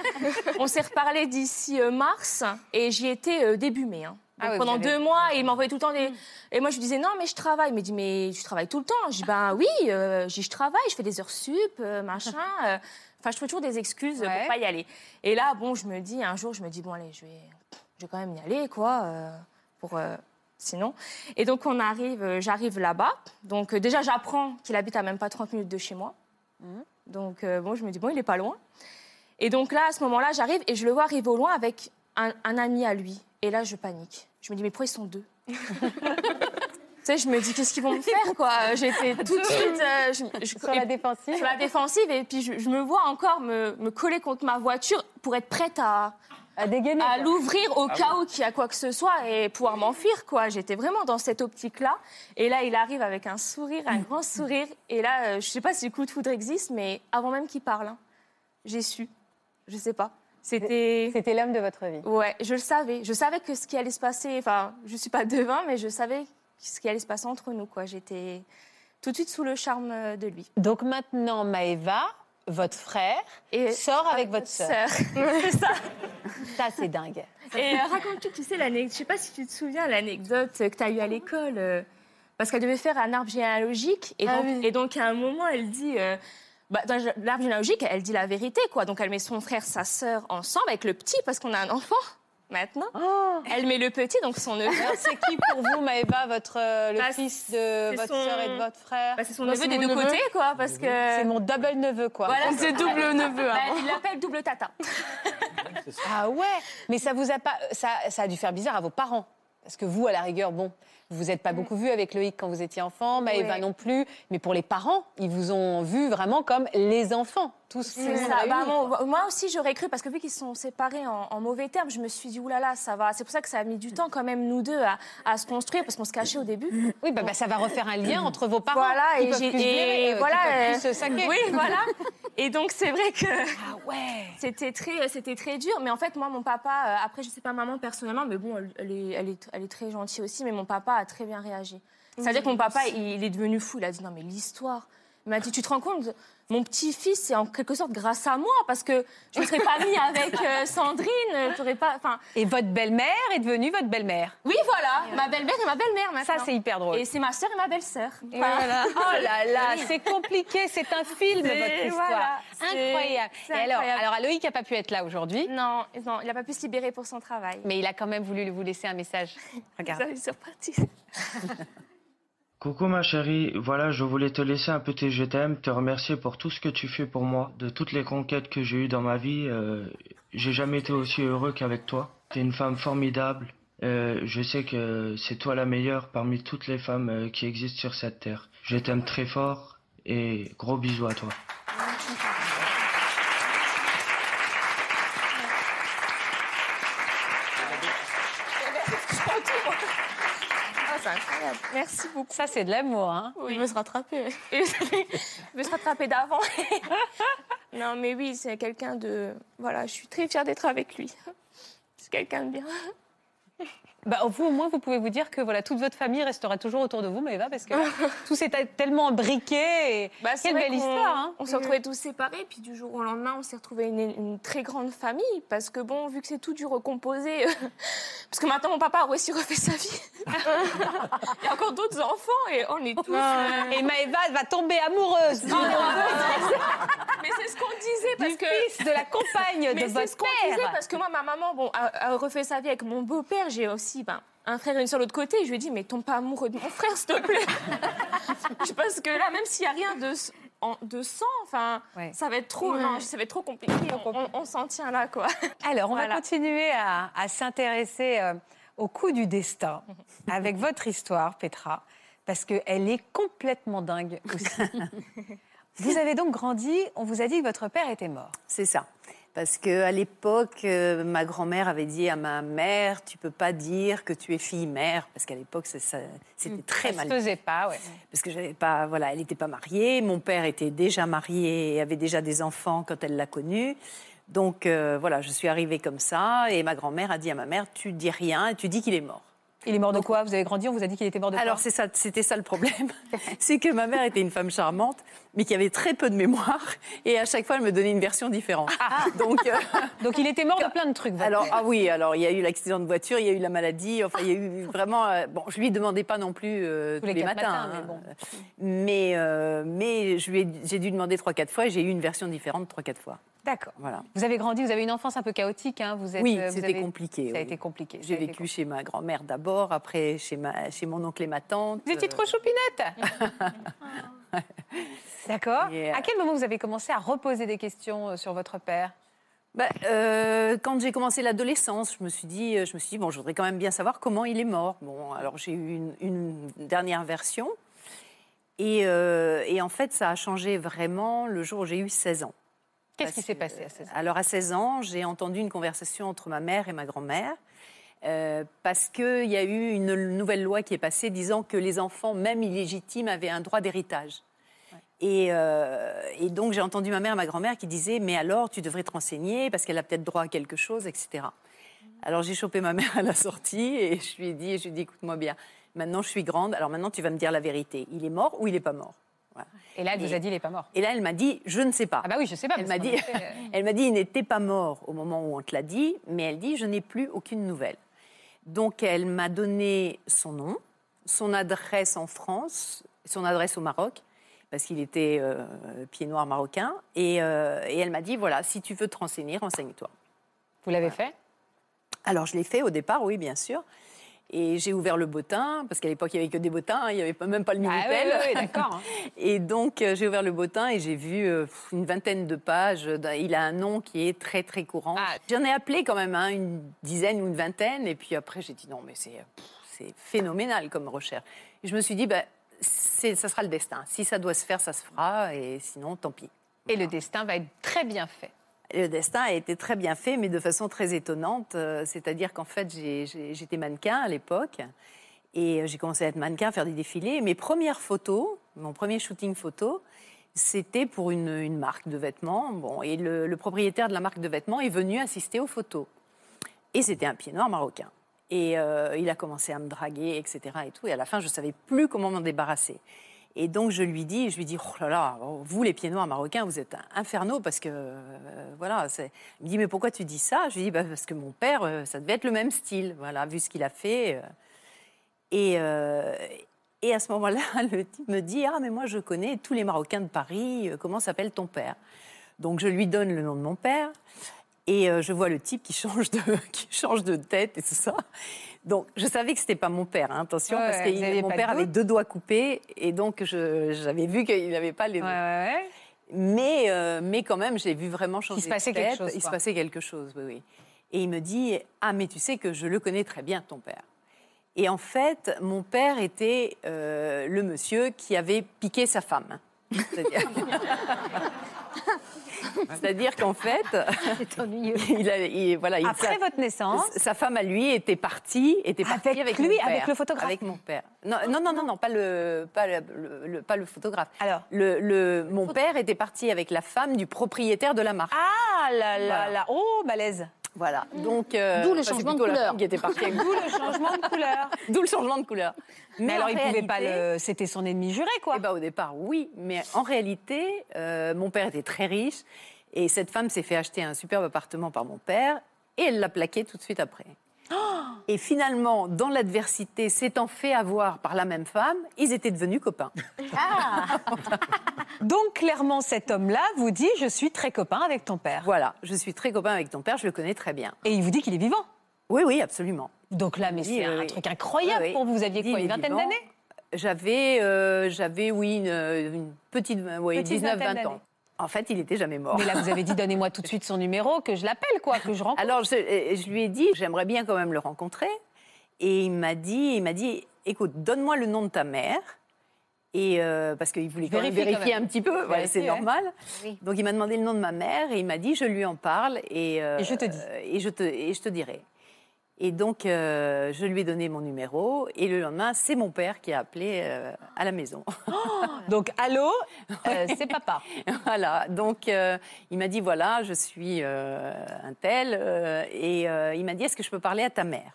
S2: on s'est reparlé d'ici euh, mars et j'y étais euh, début mai. hein. Donc,
S1: Ah oui, vous Hmm.
S2: pendant
S1: avez-
S2: deux mois, il m'envoyait tout le temps des. Et moi, je lui disais non, mais je travaille. Il me dit mais tu travailles tout le temps. Je dis ben oui, euh, je dis, je travaille, je fais des heures sup,
S1: [LAUGHS]
S2: euh, machin. euh. Enfin, je trouve toujours des excuses euh,
S1: Ouais.
S2: pour pas y aller. Et là, bon, je me dis un jour, je me dis bon allez, je vais, je vais quand même y aller, quoi, euh, pour euh, sinon. Et donc on arrive, euh, j'arrive là-bas. Donc euh, déjà, j'apprends qu'il habite à même pas 30 minutes de chez moi.
S1: Mhm.
S2: Donc euh, bon, je me dis bon, il est pas loin. Et donc là, à ce moment-là, j'arrive et je le vois arriver au loin avec un, un ami à lui. Et là, je panique. Je me dis mais pourquoi ils
S1: [LAUGHS]
S2: sont deux Tu sais, je me dis qu'est-ce qu'ils vont me faire quoi J'étais
S1: [LAUGHS]
S2: tout de suite euh, je- je-
S1: Sur la défensive.
S2: sur la défensive et puis je, je me vois encore me, me coller contre ma voiture pour être prête à,
S1: À dégainer.
S2: à
S1: quoi.
S2: l'ouvrir au cas où qu'il y a quoi que ce soit et pouvoir m'enfuir quoi. J'étais vraiment dans cette optique-là et là il arrive avec un sourire, un grand sourire et là euh, je sais pas si le coup de foudre existe mais avant même qu'il parle, hein, j'ai su. Je sais pas. C'était
S1: C'était l'homme de votre vie.
S2: ouais, je le savais. Je savais que ce qui allait se passer. Enfin, je suis pas [LAUGHS] devin mais je savais ce qui allait se passer entre nous quoi. J'étais tout de suite sous le charme euh, de lui.
S1: Donc maintenant, Maëva, votre frère,
S2: Et
S1: sort avec votre sœur.
S2: [LAUGHS] C'est ça.
S1: Ça, c'est dingue.
S2: Et euh, raconte-tu, tu sais, l'anecdote, je sais pas si tu te souviens, l'anecdote que tu as eue à l'école. euh, parce qu'elle devait faire un arbre généalogique. Et donc,
S11: Ah oui.
S2: et donc, à un moment, elle dit. euh, bah, dans l'arbre généalogique, elle dit la vérité, quoi. Donc, elle met son frère, sa sœur ensemble avec le petit, parce qu'on a un enfant maintenant. Elle met le petit, donc son neveu.
S5: [LAUGHS]
S1: Alors, c'est qui pour vous, Maëva, votre, euh, le
S2: Bah,
S1: fils de
S2: c'est
S1: votre
S2: son-
S1: sœur et de votre frère
S2: Bah, c'est son
S1: Moi,
S2: neveu
S1: c'est
S2: des
S1: mon
S2: deux
S1: neveu.
S2: côtés, quoi. Parce que.
S1: C'est mon double neveu, quoi.
S2: euh, Voilà, c'est double neveu.
S11: avant.
S2: il l'appelle double tata.
S1: Ah ouais Mais ça vous a pas, ça, ça a dû faire bizarre à vos parents. Parce que vous, à la rigueur, bon, vous vous
S2: Mm.
S1: êtes pas beaucoup vus avec Loïc quand vous étiez enfant, Maëva
S2: Ouais.
S1: non plus. Mais pour les parents, ils vous ont vu vraiment comme les enfants, tous.
S2: C'est
S5: Mm. Ah
S2: ça. Bah, moi, moi aussi, j'aurais cru, parce que vu qu'ils se sont séparés en, en mauvais termes, je me suis dit, oulala, ça va. C'est pour ça que ça a mis du temps quand même, nous deux, à, à se construire, parce qu'on se cachait au
S5: Mm.
S2: début.
S1: Oui, bah, bah, ça va refaire un lien entre vos parents.
S2: Voilà,
S1: qui
S2: et
S1: peuvent
S2: j'ai-
S1: plus se blairer,
S2: et
S1: euh, qui
S2: voilà,
S1: peuvent plus
S2: euh,
S1: se saquer.
S2: Oui, voilà. Et donc, c'est vrai que
S1: Ah ouais
S2: c'était très, c'était très dur. Mais en fait, moi, mon papa, euh, après, je sais pas maman personnellement, mais bon, elle- elle est, elle est, elle est très gentille aussi, mais mon papa a très bien réagi. C'est-à-dire que mon papa, il, il est devenu fou. Il a dit, non, mais l'histoire. Il m'a dit, tu te rends compte, mon petit-fils, c'est en quelque sorte grâce à moi, parce que je ne serais pas mis avec euh, Sandrine, euh, t'aurais pas. Enfin,
S1: Et votre belle-mère est devenue votre belle-mère.
S2: oui, voilà, ma belle-mère et ma belle-mère
S1: Ça,
S2: maintenant.
S1: c'est hyper drôle.
S2: Et c'est ma sœur et ma belle-sœur. Enfin,
S5: [LAUGHS]
S1: Oh là là, c'est compliqué, c'est un film
S2: C'est-
S1: votre histoire.
S2: voilà, c'est-
S1: incroyable.
S2: c'est
S1: Et alors,
S2: incroyable. Mm.
S1: alors Aloïc n'a pas pu être là aujourd'hui,
S2: Non, non, il n'a pas pu se libérer pour son travail.
S1: mais il a quand même voulu vous laisser un message.
S2: Vous
S1: Regarde.
S2: avez surparti.
S12: Coucou ma chérie, voilà, je voulais te laisser un petit je t'aime, te remercier pour tout ce que tu fais pour moi, de toutes les conquêtes que j'ai eues dans ma vie. euh, j'ai jamais été aussi heureux qu'avec toi. T'es une femme formidable. euh, je sais que c'est toi la meilleure parmi toutes les femmes euh, qui existent sur cette terre. Je t'aime très fort et gros bisous à toi.
S2: Ah,
S10: Merci beaucoup.
S5: Ça, c'est de l'amour. Hein
S11: Il veut se
S2: [LAUGHS]
S11: rattraper.
S2: Je vais se rattraper d'avant. non, mais oui, c'est quelqu'un de. Voilà, je suis très fière d'être avec lui. C'est quelqu'un de bien.
S5: Bah, vous, au moins, vous pouvez vous dire que voilà, toute votre famille restera toujours autour de vous, Maëva, parce que tout s'est tellement briqué. Et...
S2: Bah, c'est
S5: Quelle
S2: vrai
S5: belle
S2: qu'on-
S5: histoire. hein.
S2: On s'est retrouvés tous séparés, puis du jour au lendemain, on s'est retrouvés une, une très grande famille. Parce que bon, vu que c'est tout du recomposé, [LAUGHS] parce que maintenant mon papa a aussi refait sa
S5: [LAUGHS]
S2: vie. Il y a encore d'autres enfants et on est tous. euh,
S5: Et Maëva va tomber amoureuse.
S2: Non, non, mais c'est ce qu'on disait parce que
S5: fils de la compagne
S2: mais
S5: de
S2: c'est
S5: votre
S2: ce qu'on
S5: père.
S2: disait parce que moi ma maman bon a, a refait sa vie avec mon beau-père j'ai aussi ben un frère et une soeur de l'autre côté je lui ai dit mais tombe pas amoureux de mon frère s'il te
S5: [LAUGHS]
S2: plaît Je- parce que là même s'il y a rien de s- en- de sang enfin ça va être trop
S5: Ouais.
S2: non, ça va être trop compliqué on, on- on s'en tient là quoi
S5: Alors, on
S2: Voilà.
S5: va continuer à, à s'intéresser euh, au coup
S4: [LAUGHS]
S5: du destin avec votre histoire, Petra, parce qu'elle est complètement dingue aussi.
S4: [LAUGHS]
S5: vous avez donc grandi, on vous a dit que votre père était mort.
S4: C'est ça. Parce que à l'époque, euh, ma grand-mère avait dit à ma mère, tu peux pas dire que tu es fille-mère, parce qu'à l'époque, c'est ça- c'était très
S5: Ça
S4: mal.
S5: se faisait pas, ouais.
S4: Parce que j'avais pas, voilà, elle n'était pas mariée. Mon père était déjà marié et avait déjà des enfants quand elle l'a connu. Donc euh, voilà, je suis arrivée comme ça et ma grand-mère a dit à ma mère, tu dis rien, et tu dis qu'il est mort.
S5: Il est mort de quoi Vous avez grandi, on vous a dit qu'il était mort de quoi
S4: Alors c'est ça, c'était ça le problème, [LAUGHS] c'est que ma mère était une femme charmante, mais qui avait très peu de mémoire, et à chaque fois elle me donnait une version différente.
S5: Ah.
S4: [LAUGHS] donc, euh,
S5: [LAUGHS] donc il était mort de plein de trucs.
S4: Alors ah oui, alors il y a eu l'accident de voiture, il y a eu la maladie, enfin il y a eu vraiment. euh, bon, je lui demandais pas non plus euh, tous, les,
S5: quatre
S4: matins,
S5: matins, mais
S4: hein.
S5: bon.
S4: mais euh, mais je lui ai- j'ai dû demander trois quatre fois, et j'ai eu une version différente trois quatre fois.
S5: D'accord.
S4: Voilà.
S5: Vous avez grandi, vous avez une enfance un peu chaotique. hein, vous êtes,
S4: Oui,
S5: euh, vous
S4: c'était
S5: avez-
S4: compliqué.
S5: Ça a
S4: oui.
S5: été compliqué. ça
S4: J'ai
S5: a été
S4: vécu chez ma grand-mère d'abord, après chez, ma, chez mon oncle et ma tante. euh,
S5: Vous étiez trop choupinette [LAUGHS] D'accord. À quel moment vous avez commencé à reposer des questions euh, sur votre père
S4: Bah, euh, quand j'ai commencé l'adolescence, je me suis dit, euh, je me suis dit, bon, je voudrais quand même bien savoir comment il est mort. Bon, alors j'ai eu une, une dernière version, et, euh, et en fait, ça a changé vraiment le jour où j'ai eu 16 ans.
S5: Qu'est-ce qui s'est passé à 16 ans
S4: Alors à 16 ans, j'ai entendu une conversation entre ma mère et ma grand-mère. euh, parce qu'il y a eu une nouvelle loi qui est passée disant que les enfants, même illégitimes, avaient un droit d'héritage. Et, euh, et donc j'ai entendu ma mère et ma grand-mère qui disaient Mais alors, tu devrais te renseigner parce qu'elle a peut-être droit à quelque chose, etc. Alors j'ai chopé ma mère à la sortie et je lui ai dit, je lui ai dit Écoute-moi bien, maintenant je suis grande, alors maintenant tu vas me dire la vérité. Il est mort ou il n'est pas mort Voilà.
S5: Et là, elle vous a dit il n'est pas mort.
S4: Et là, elle m'a dit, je ne sais pas. Ah
S5: bah oui, je sais pas.
S4: Elle m'a
S5: parce
S4: dit,
S5: qu'en
S4: [LAUGHS]
S5: effet, euh,
S4: elle m'a dit, il n'était pas mort au moment où on te l'a dit, mais elle dit, je n'ai plus aucune nouvelle. Donc, elle m'a donné son nom, son adresse en France, son adresse au Maroc, parce qu'il était euh, pied noir marocain, et, euh, et elle m'a dit, voilà, si tu veux te renseigner, renseigne-toi.
S5: Vous
S4: ah,
S5: l'avez fait
S4: Alors, je l'ai fait au départ, oui, bien sûr. Et j'ai ouvert le bottin, parce qu'à l'époque, il n'y avait que des bottins, hein, il n'y avait pas- même pas le Minitel.
S5: Ah ouais, ouais, ouais,
S4: [LAUGHS]
S5: d'accord, hein.
S4: Et donc, euh, j'ai ouvert le bottin et j'ai vu euh, pff, une vingtaine de pages. d'un- Il a un nom qui est très, très courant. J'en ai appelé quand même hein, une dizaine ou une vingtaine. Et puis après, j'ai dit non, mais c'est euh, pff, c'est phénoménal comme recherche. Et je me suis dit, bah, c'est- ça sera le destin. Si ça doit se faire, ça se fera. Et sinon, tant pis.
S5: Et le destin va être très bien fait.
S4: Le destin a été très bien fait, mais de façon très étonnante. Euh, C'est-à-dire qu'en fait, j'ai- j'ai- j'étais mannequin à l'époque. Et euh, j'ai commencé à être mannequin, à faire des défilés. Mes premières photos, mon premier shooting photo, c'était pour une, une marque de vêtements. Bon, et le, le propriétaire de la marque de vêtements est venu assister aux photos. Et c'était un pied noir marocain. Et euh, il a commencé à me draguer, etc. Et, tout. et à la fin, je ne savais plus comment m'en débarrasser. Et donc, je lui dis, je lui dis, oh là là, vous, les pieds noirs marocains, vous êtes infernaux parce que, euh, voilà. c'est- Il me dit, mais pourquoi tu dis ça Je lui dis, Bah, parce que mon père, euh, ça devait être le même style, voilà, vu ce qu'il a fait. euh. Et, euh, et à ce moment-là, [LAUGHS] le type me dit Ah, mais moi, je connais tous les Marocains de Paris, euh, comment s'appelle ton père Donc, je lui donne le nom [LAUGHS] de mon père. Et euh, je vois le type qui change de, qui change de tête et tout ça. Donc, je savais que c'était pas mon père, hein, attention,
S5: Ouais,
S4: parce que
S5: ouais, vous aviez
S4: il- mon
S5: pas de
S4: père avait
S5: doute.
S4: deux doigts coupés, et donc je- j'avais vu qu'il n'avait pas les doigts. Mais, euh, mais quand même, j'ai vu vraiment changer
S5: se passait
S4: de tête.
S5: quelque chose,
S4: Il se
S5: quoi.
S4: passait quelque chose, oui, oui. Et il me dit Ah, mais tu sais que je le connais très bien, ton père. Et en fait, mon père était euh, le monsieur qui avait piqué sa femme. C'est-à-dire- C'est-à-dire qu'en fait, [LAUGHS] il a- il- voilà, il-
S5: Après
S4: sa-
S5: votre naissance.
S4: sa femme à lui était partie, était partie avec,
S5: lui,
S4: mon père,
S5: avec le photographe.
S4: avec mon père. Non, euh, non, non, non, non, pas le, pas le, le- le- pas le photographe. Alors, le, le- mon père était parti avec la femme du propriétaire de la marque.
S5: Ah là là
S4: Voilà.
S5: là, oh balèze.
S4: Voilà, donc euh,
S5: D'où le
S4: enfin, c'est
S5: changement de
S4: plutôt la
S5: couleur.
S4: femme qui était partie
S5: [LAUGHS]
S4: avec-
S5: D'où le changement de couleur.
S4: D'où le changement de couleur.
S5: Mais, alors,
S4: en
S5: il pouvait pas
S4: réalité-
S5: le. C'était son ennemi juré, quoi.
S4: Eh ben, au départ, oui. Mais en réalité, euh, mon père était très riche. Et cette femme s'est fait acheter un superbe appartement par mon père. Et elle l'a plaqué tout de suite après.
S5: Oh
S4: Et finalement, dans l'adversité, s'étant fait avoir par la même femme, ils étaient devenus
S5: [LAUGHS]
S4: copains. ben.
S5: Donc, clairement, cet homme-là vous dit Je suis très copain avec ton père.
S4: Voilà, je suis très copain avec ton père, je le connais très bien.
S5: Et il vous dit qu'il est vivant
S4: Oui, oui, absolument.
S5: Donc là, mais
S4: Oui,
S5: c'est
S4: oui,
S5: un
S4: oui.
S5: truc incroyable
S4: Oui, oui.
S5: pour vous. Vous aviez
S4: Il dit,
S5: quoi, une
S4: il est
S5: vingtaine
S4: vivant.
S5: d'années
S4: J'avais, euh, j'avais, oui, une, une petite, oui,
S5: Petite
S4: 19,
S5: vingtaine
S4: 20
S5: d'années.
S4: ans. En fait, il n'était jamais mort.
S5: Mais là, vous avez dit Donnez-moi tout de suite son numéro, que je l'appelle, quoi, que je rencontre.
S4: Alors, je, euh, je lui ai dit, j'aimerais bien quand même le rencontrer. Et il m'a dit, il m'a dit, écoute, donne-moi le nom de ta mère. Et euh, parce qu'il voulait quand même
S5: Vérifie quand
S4: vérifier
S5: même.
S4: un petit peu,
S5: Vérifie,
S4: voilà, c'est
S5: ouais.
S4: normal. Donc il m'a demandé le nom de ma mère et il m'a dit, je lui en parle et, euh,
S5: Et je te dis.
S4: et je te et je te dirai. Et donc euh, je lui ai donné mon numéro et le lendemain, c'est mon père qui a appelé euh, à la maison.
S5: Ah, Donc, allô, euh, c'est papa.
S4: [LAUGHS] Voilà, donc euh, il m'a dit voilà, je suis euh, un tel. euh, et euh, il m'a dit est-ce que je peux parler à ta mère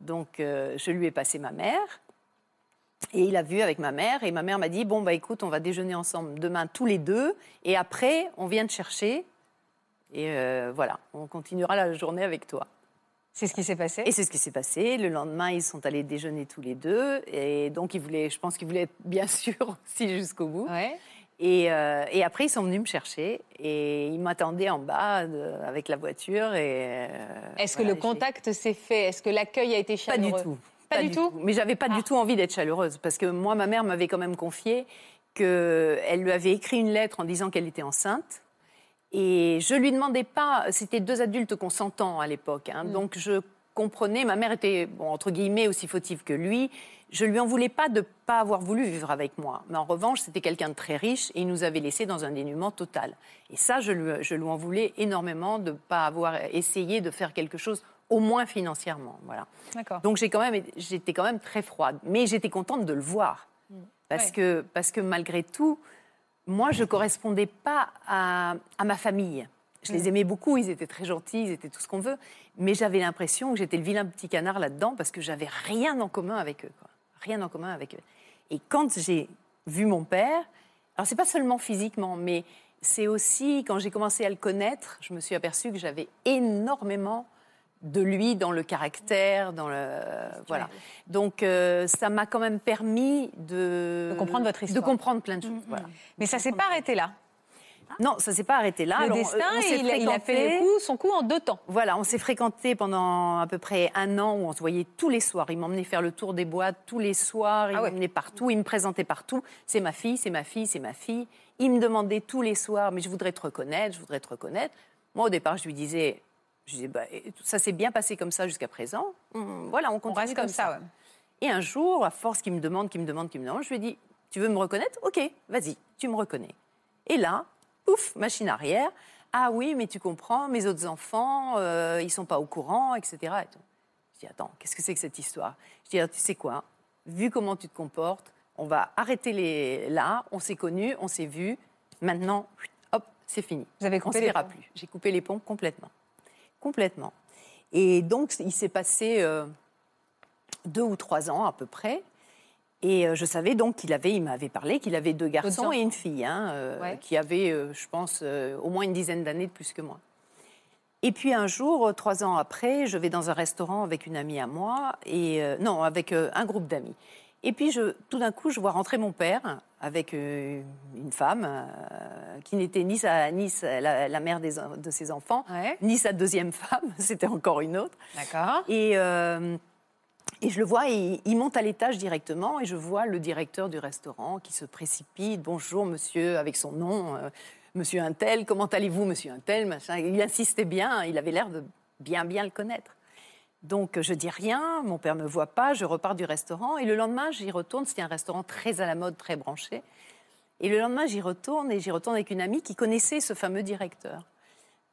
S4: Donc euh, je lui ai passé ma mère. Et il a vu avec ma mère. Et ma mère m'a dit bon, bah écoute, on va déjeuner ensemble demain tous les deux. Et après, on vient te chercher. Et euh, voilà, on continuera la journée avec toi.
S5: C'est ce qui s'est passé.
S4: Et c'est ce qui s'est passé. Le lendemain, ils sont allés déjeuner tous les deux. Et donc, ils voulaient, je pense qu'ils voulaient être bien [LAUGHS] sûr aussi jusqu'au bout. Et, euh, et après, ils sont venus me chercher. Et ils m'attendaient en bas de- avec la voiture. Et, euh,
S5: Est-ce
S4: voilà,
S5: que le
S4: j'ai-
S5: contact s'est fait Est-ce que l'accueil a été
S4: Pas
S5: chaleureux
S4: du tout.
S5: Pas, du tout. Ah.
S4: Mais j'avais pas du tout envie d'être chaleureuse. Parce que moi, ma mère m'avait quand même confié qu'elle lui avait écrit une lettre en disant qu'elle était enceinte. Et je lui demandais pas, c'était deux adultes consentants à l'époque, hein,
S5: Mm.
S4: donc je comprenais, ma mère était, bon, entre guillemets, aussi fautive que lui, je lui en voulais pas de pas avoir voulu vivre avec moi. Mais en revanche, c'était quelqu'un de très riche et il nous avait laissés dans un dénuement total. Et ça, je lui, je lui en voulais énormément de pas avoir essayé de faire quelque chose, au moins financièrement. Voilà.
S5: D'accord.
S4: Donc j'ai quand même, j'étais quand même très froide, mais j'étais contente de le voir parce
S5: Mm. Ouais.
S4: que parce que malgré tout, moi je correspondais pas à, à ma famille. Je
S5: Mm.
S4: les aimais beaucoup, ils étaient très gentils, ils étaient tout ce qu'on veut, mais j'avais l'impression que j'étais le vilain petit canard là-dedans parce que j'avais rien en commun avec eux, quoi. rien en commun avec eux. Et quand j'ai vu mon père, alors c'est pas seulement physiquement, mais c'est aussi quand j'ai commencé à le connaître, je me suis aperçue que j'avais énormément de lui dans le caractère, dans le voilà. Donc euh, ça m'a quand même permis de,
S5: De comprendre votre histoire. Mm,
S4: de comprendre plein de choses. voilà.
S5: Mais ça s'est pas arrêté là.
S4: Non, ça s'est pas arrêté là.
S5: Le
S4: Alors, on-
S5: destin,
S4: on s'est
S5: il a- il a fait
S4: fréquentés.
S5: le coup, son coup en deux temps.
S4: Voilà, on s'est fréquentés pendant à peu près un an où on se voyait tous les soirs. Il m'emmenait faire le tour des boîtes tous les soirs,
S5: Ah
S4: il m'emmenait partout, il me présentait partout. C'est ma fille, c'est ma fille, c'est ma fille. Il me demandait tous les soirs, mais je voudrais te reconnaître, je voudrais te reconnaître. Moi, au départ, je lui disais, je disais bah, et tout ça s'est bien passé comme ça jusqu'à présent. Hum, voilà, on continue
S5: reste comme ça, ouais.
S4: Et un jour, à force qu'il me demande, qu'il me demande, qu'il me demande, je lui ai dit, tu veux me reconnaître Ok, vas-y, tu me reconnais. Et là, pouf, machine arrière. Ah oui, mais tu comprends, mes autres enfants, euh, ils sont pas au courant, etc. Et tout. Je dis, attends, qu'est-ce que c'est que cette histoire Je dis, Ah, tu sais quoi Vu comment tu te comportes, on va arrêter les là, on s'est connus, on s'est vus, maintenant, hop, c'est fini.
S5: Vous avez
S4: on
S5: coupé
S4: ne
S5: les
S4: verra
S5: ponts.
S4: plus. J'ai coupé les ponts complètement. Complètement. Et donc, il s'est passé euh, deux ou trois ans à peu près. Et euh, je savais donc qu'il avait, il m'avait parlé qu'il avait deux garçons
S5: enfants.
S4: et une fille, hein, euh,
S5: Ouais.
S4: qui avait, euh, je pense, euh, au moins une dizaine d'années de plus que moi. Et puis un jour, euh, trois ans après, je vais dans un restaurant avec une amie à moi, et euh, non, avec euh, un groupe d'amis. Et puis je, tout d'un coup, je vois rentrer mon père avec euh, une femme euh, qui n'était ni, sa, ni sa- la, la mère des en- de [LAUGHS]
S5: [LAUGHS]
S4: ses enfants, ni sa deuxième femme, c'était encore une autre.
S5: D'accord.
S4: Et, euh, Et je le vois, il, il monte à l'étage directement et je vois le directeur du restaurant qui se précipite. Bonjour monsieur, avec son nom, euh, monsieur Intel, comment allez-vous monsieur Intel machin. Il insistait bien, il avait l'air de bien bien le connaître. Donc euh, je dis rien, mon père me voit pas, je repars du restaurant et le lendemain j'y retourne, c'était un restaurant très à la mode, très branché. Et le lendemain j'y retourne et j'y retourne avec une amie qui connaissait ce fameux directeur.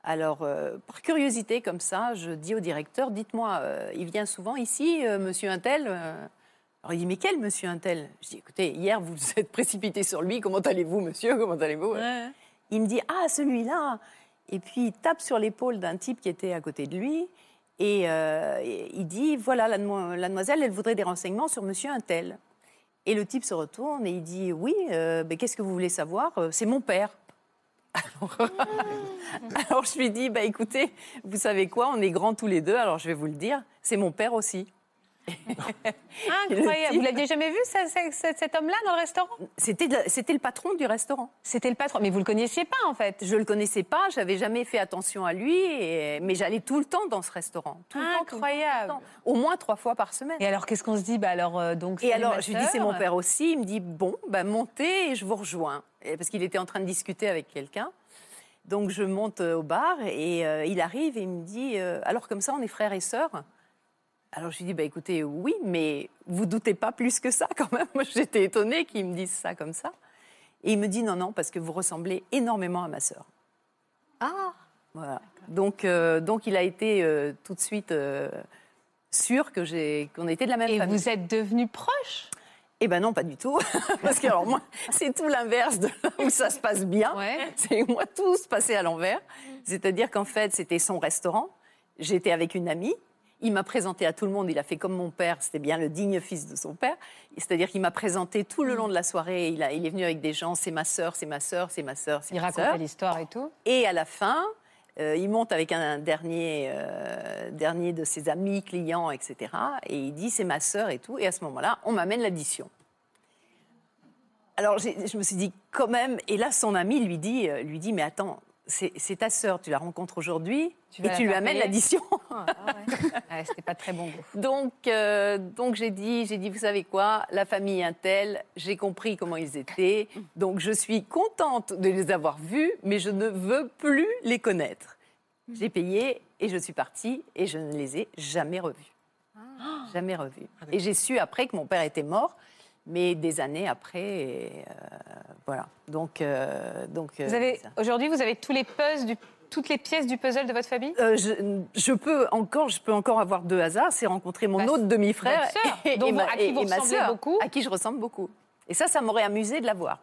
S4: Alors, euh, par curiosité comme ça, je dis au directeur, dites-moi, euh, il vient souvent ici, euh, monsieur Intel euh Alors il dit, mais quel monsieur Intel Je dis, écoutez, hier vous vous êtes précipité sur lui, comment allez-vous monsieur, comment allez-vous Il me dit, ah, celui-là Et puis il tape sur l'épaule d'un type qui était à côté de lui et, euh, et il dit, voilà, la, demo- la demoiselle, elle voudrait des renseignements sur monsieur Intel. Et le type se retourne et il dit, oui, euh, mais qu'est-ce que vous voulez savoir Euh, C'est mon père. [LAUGHS] Alors je lui dis, bah écoutez, vous savez quoi, on est grands tous les deux, alors je vais vous le dire, c'est mon père aussi.
S5: Ah, Incroyable. Vous l'aviez jamais vu, ça, ça- ça- cet homme-là, dans le restaurant
S4: C'était de la- c'était le patron du restaurant.
S5: C'était le patron, mais vous le connaissiez pas en fait.
S4: Je le connaissais pas, j'avais jamais fait attention à lui, et- mais j'allais tout le temps dans ce restaurant. Tout le temps, tout le temps, tout le
S5: Incroyable.
S4: temps. Au moins trois fois par semaine.
S5: Et alors, qu'est-ce qu'on se dit Bah alors, euh, donc.
S4: Et
S5: salut,
S4: alors,
S5: ma
S4: je lui dis,
S5: sœur.
S4: c'est mon père aussi. Il me dit, bon, bah, montez et je vous rejoins. Et parce qu'il était en train de discuter avec quelqu'un. Donc, je monte euh, au bar et euh, il arrive et il me dit, euh, alors comme ça, on est frères et sœurs Alors, je lui dis, bah, écoutez, oui, mais vous doutez pas plus que ça quand même. [LAUGHS] Moi, j'étais étonnée qu'il me dise ça comme ça. Et il me dit, non, non, parce que vous ressemblez énormément à ma sœur.
S7: Ah
S4: Voilà. Donc, euh, donc, il a été euh, tout de suite euh, sûr que j'ai qu'on était de la même famille. Et vous
S5: êtes devenus proches
S4: Eh ben non, pas du tout. [LAUGHS] Parce que alors moi, c'est tout l'inverse de là où ça se passe bien. C'est moi tout se passait à l'envers. C'est-à-dire qu'en fait, c'était son restaurant. J'étais avec une amie. Il m'a présenté à tout le monde. Il a fait comme mon père. C'était bien le digne fils de son père. C'est-à-dire qu'il m'a présenté tout
S5: Mm.
S4: le long de la soirée. Il, a- il est venu avec des gens. C'est ma sœur, c'est ma sœur, c'est ma sœur, c'est
S5: Il
S4: ma sœur.
S5: racontait l'histoire et tout.
S4: Et à la fin, euh, il monte avec un, dernier, euh, dernier de ses amis, clients, etc. Et il dit c'est ma sœur et tout. Et à ce moment-là, on m'amène l'addition. Alors j'ai- je me suis dit quand même. Et là, son ami lui dit, euh, lui dit mais attends, c'est c'est ta sœur, tu la rencontres aujourd'hui
S5: Tu vas
S4: et
S5: la
S4: tu lui
S5: faire
S4: amènes
S5: payer
S4: l'addition.
S5: Ouais, C'était pas de très bon goût.
S4: Donc, euh, donc j'ai dit, j'ai dit, vous savez quoi, la famille Intel, j'ai compris comment ils étaient, donc je suis contente de les avoir vus, mais je ne veux plus les connaître. J'ai payé et je suis partie et je ne les ai jamais revus,
S5: Ah.
S4: jamais revus. Et j'ai su après que mon père était mort, mais des années après, et, euh, voilà. Donc, euh, donc.
S5: Vous
S4: euh,
S5: avez
S4: ça.
S5: aujourd'hui, vous avez tous les puzzles du- toutes les pièces du puzzle de votre famille.
S4: Euh, je, je peux encore, je peux encore avoir deux hasards. C'est rencontrer mon autre demi-frère
S5: Bah, votre sœur, dont vous- à qui vous
S4: ma
S5: ressemblez
S4: sœur,
S5: beaucoup.
S4: à qui je ressemble beaucoup. Et ça, ça m'aurait amusé de la voir.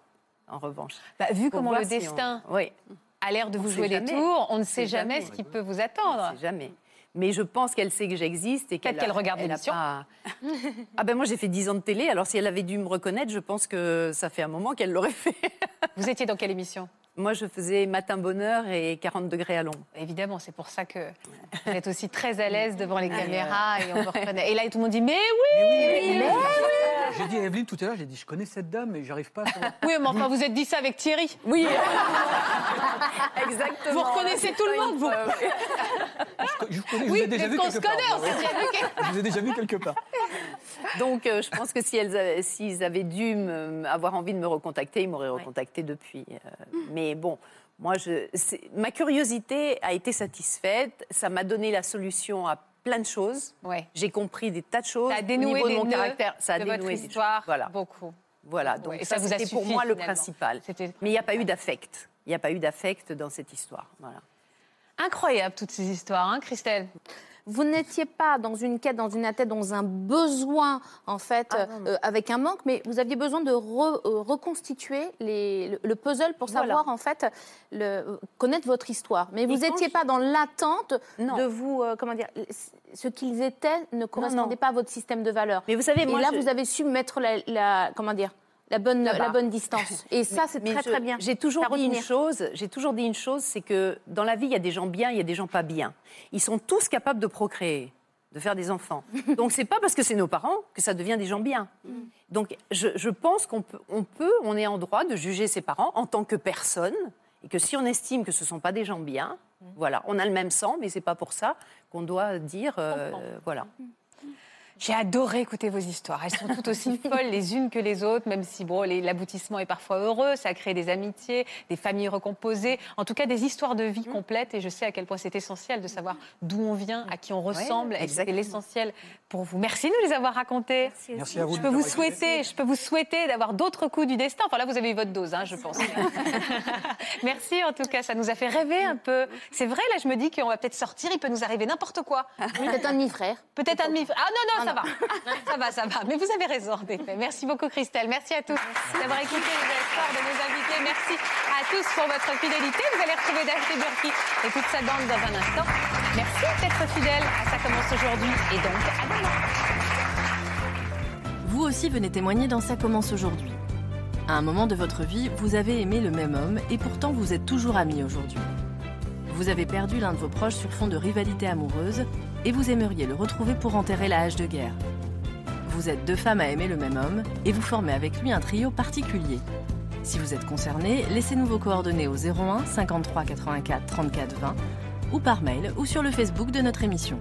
S4: En revanche,
S5: Bah, vu
S4: Pour
S5: comment
S4: voir
S5: le
S4: si on-
S5: destin
S4: oui.
S5: a l'air de
S4: On
S5: vous
S4: sait
S5: jouer des
S4: jamais.
S5: tours, on ne
S4: On
S5: sait
S4: sait
S5: jamais,
S4: jamais.
S5: ce qui peut vous attendre.
S4: jamais. Mais je pense qu'elle sait que j'existe et qu'elle
S5: Oh Peut-être qu'elle
S4: a-
S5: regarde
S4: elle a
S5: l'émission. [LAUGHS]
S4: pas- Ah ben moi j'ai fait 10 ans de télé. Alors si elle avait dû me reconnaître, je pense que ça fait un moment qu'elle l'aurait fait. [LAUGHS]
S5: Vous étiez dans quelle émission
S4: Moi je faisais Matin Bonheur et 40 degrés à l'ombre.
S5: Évidemment, c'est pour ça que vous êtes aussi très à l'aise devant les
S4: Ah,
S5: caméras
S4: ouais.
S5: et on vous reconnaît. Et là, tout le monde dit mais oui, mais oui.
S3: J'ai dit à Evelyne tout à l'heure, j'ai dit, je connais cette dame, mais j'arrive pas à savoir.
S5: Oui, mais enfin, vous êtes dit ça avec Thierry.
S4: Oui. Exactement.
S5: Vous reconnaissez tout le monde, vous.
S3: Je vous connais, je
S5: Oui,
S3: vous ai déjà
S5: peut-être
S3: vu
S5: qu'on
S3: quelque
S5: se
S3: part.
S5: connaît, on s'est déjà vu quelque-
S3: Je vous ai déjà vu quelque part.
S4: Donc, euh, je pense que si elles, avaient- s'ils avaient dû me- avoir envie de me recontacter, ils m'auraient recontacté depuis. Euh, Mais bon, moi, je, c'est- ma curiosité a été satisfaite. Ça m'a donné la solution à plein de choses. J'ai compris des tas de choses.
S5: Ça a
S4: au
S5: dénoué
S4: niveau
S5: des
S4: de mon
S5: nœuds
S4: caractère. Ça a
S5: de
S4: dénoué
S5: votre
S4: des choses.
S5: histoire
S4: Voilà.
S5: beaucoup.
S4: Voilà. Donc
S5: Ouais, et
S4: ça,
S5: ça vous a
S4: c'était pour
S5: suffi,
S4: moi le
S5: finalement.
S4: principal. Mais il n'y a pas eu d'affect. Il n'y a pas eu d'affect dans cette histoire. Voilà.
S5: Incroyable toutes ces histoires, hein, Christelle.
S9: Vous n'étiez pas dans une quête, dans une attente, dans un besoin, en fait,
S4: Ah
S9: euh, avec un manque, mais vous aviez besoin de re- euh, reconstituer les- le, le puzzle pour savoir, en fait, le- euh, connaître votre histoire. Mais
S4: quand
S9: vous n'étiez
S4: je-
S9: pas dans l'attente de vous, euh, comment dire, ce qu'ils étaient ne correspondait pas à votre système de valeurs.
S4: Mais vous savez, moi,
S9: Et là,
S4: je-
S9: vous avez su mettre la, la- comment dire, la bonne,
S4: La
S9: la,
S4: barre.
S9: bonne distance.
S4: [LAUGHS]
S9: Et ça,
S4: Mais-
S9: c'est
S4: mais
S9: très,
S4: je-
S9: très bien.
S4: J'ai toujours
S9: À
S4: dit une
S9: retenir.
S4: chose. J'ai toujours dit une chose, c'est que dans la vie, il y a des gens bien, il y a des gens pas bien. Ils sont tous capables de procréer, de faire des
S9: [LAUGHS]
S4: enfants. Donc c'est pas parce que c'est nos parents que ça devient des gens bien.
S9: Mm.
S4: Donc je, je pense qu'on peut, on peut, on est en droit de juger ses parents en tant que personne, et que si on estime que ce sont pas des gens bien,
S9: Mm. Mm.
S4: voilà, on a le même sang, mais c'est pas pour ça qu'on doit dire, euh, voilà.
S5: J'ai adoré écouter vos histoires. Elles sont toutes aussi folles les unes que les autres, même si bon, les- l'aboutissement est parfois heureux, ça crée des amitiés, des familles recomposées, en tout cas des histoires de vie complètes. Et je sais à quel point c'est essentiel de savoir d'où on vient, à qui on ressemble. et c'était l'essentiel pour vous. Merci de nous les avoir racontés.
S3: Merci à vous de
S5: Je peux
S3: nous
S5: vous
S3: avoir écoutés.
S5: souhaiter, je peux vous souhaiter d'avoir d'autres coups du destin. Enfin là, vous avez eu votre dose, hein, je pense. Merci en tout cas, ça nous a fait rêver un peu. C'est vrai, là je me dis qu'on va peut-être sortir, il peut nous arriver n'importe quoi. Peut-être un demi-frère. Peut-être un demi-frère. Ah non, non, ça
S13: [LAUGHS]
S5: va. ça va, ça va. Mais vous avez raison en effet. Merci beaucoup Christelle, merci à tous d'avoir écouté les histoires de nos invités. Merci à tous pour votre fidélité. Vous allez retrouver Daphné Burki et toute sa bande dans un instant. Merci d'être fidèle à Ça commence aujourd'hui et donc à demain.
S14: Vous aussi venez témoigner dans Ça commence aujourd'hui. À un moment de votre vie, vous avez aimé le même homme et pourtant vous êtes toujours amis aujourd'hui. Vous avez perdu l'un de vos proches sur fond de rivalité amoureuse et vous aimeriez le retrouver pour enterrer la hache de guerre. Vous êtes deux femmes à aimer le même homme et vous formez avec lui un trio particulier. Si vous êtes concerné, laissez-nous vos coordonnées au 01 53 84 34 20 ou par mail ou sur le Facebook de notre émission.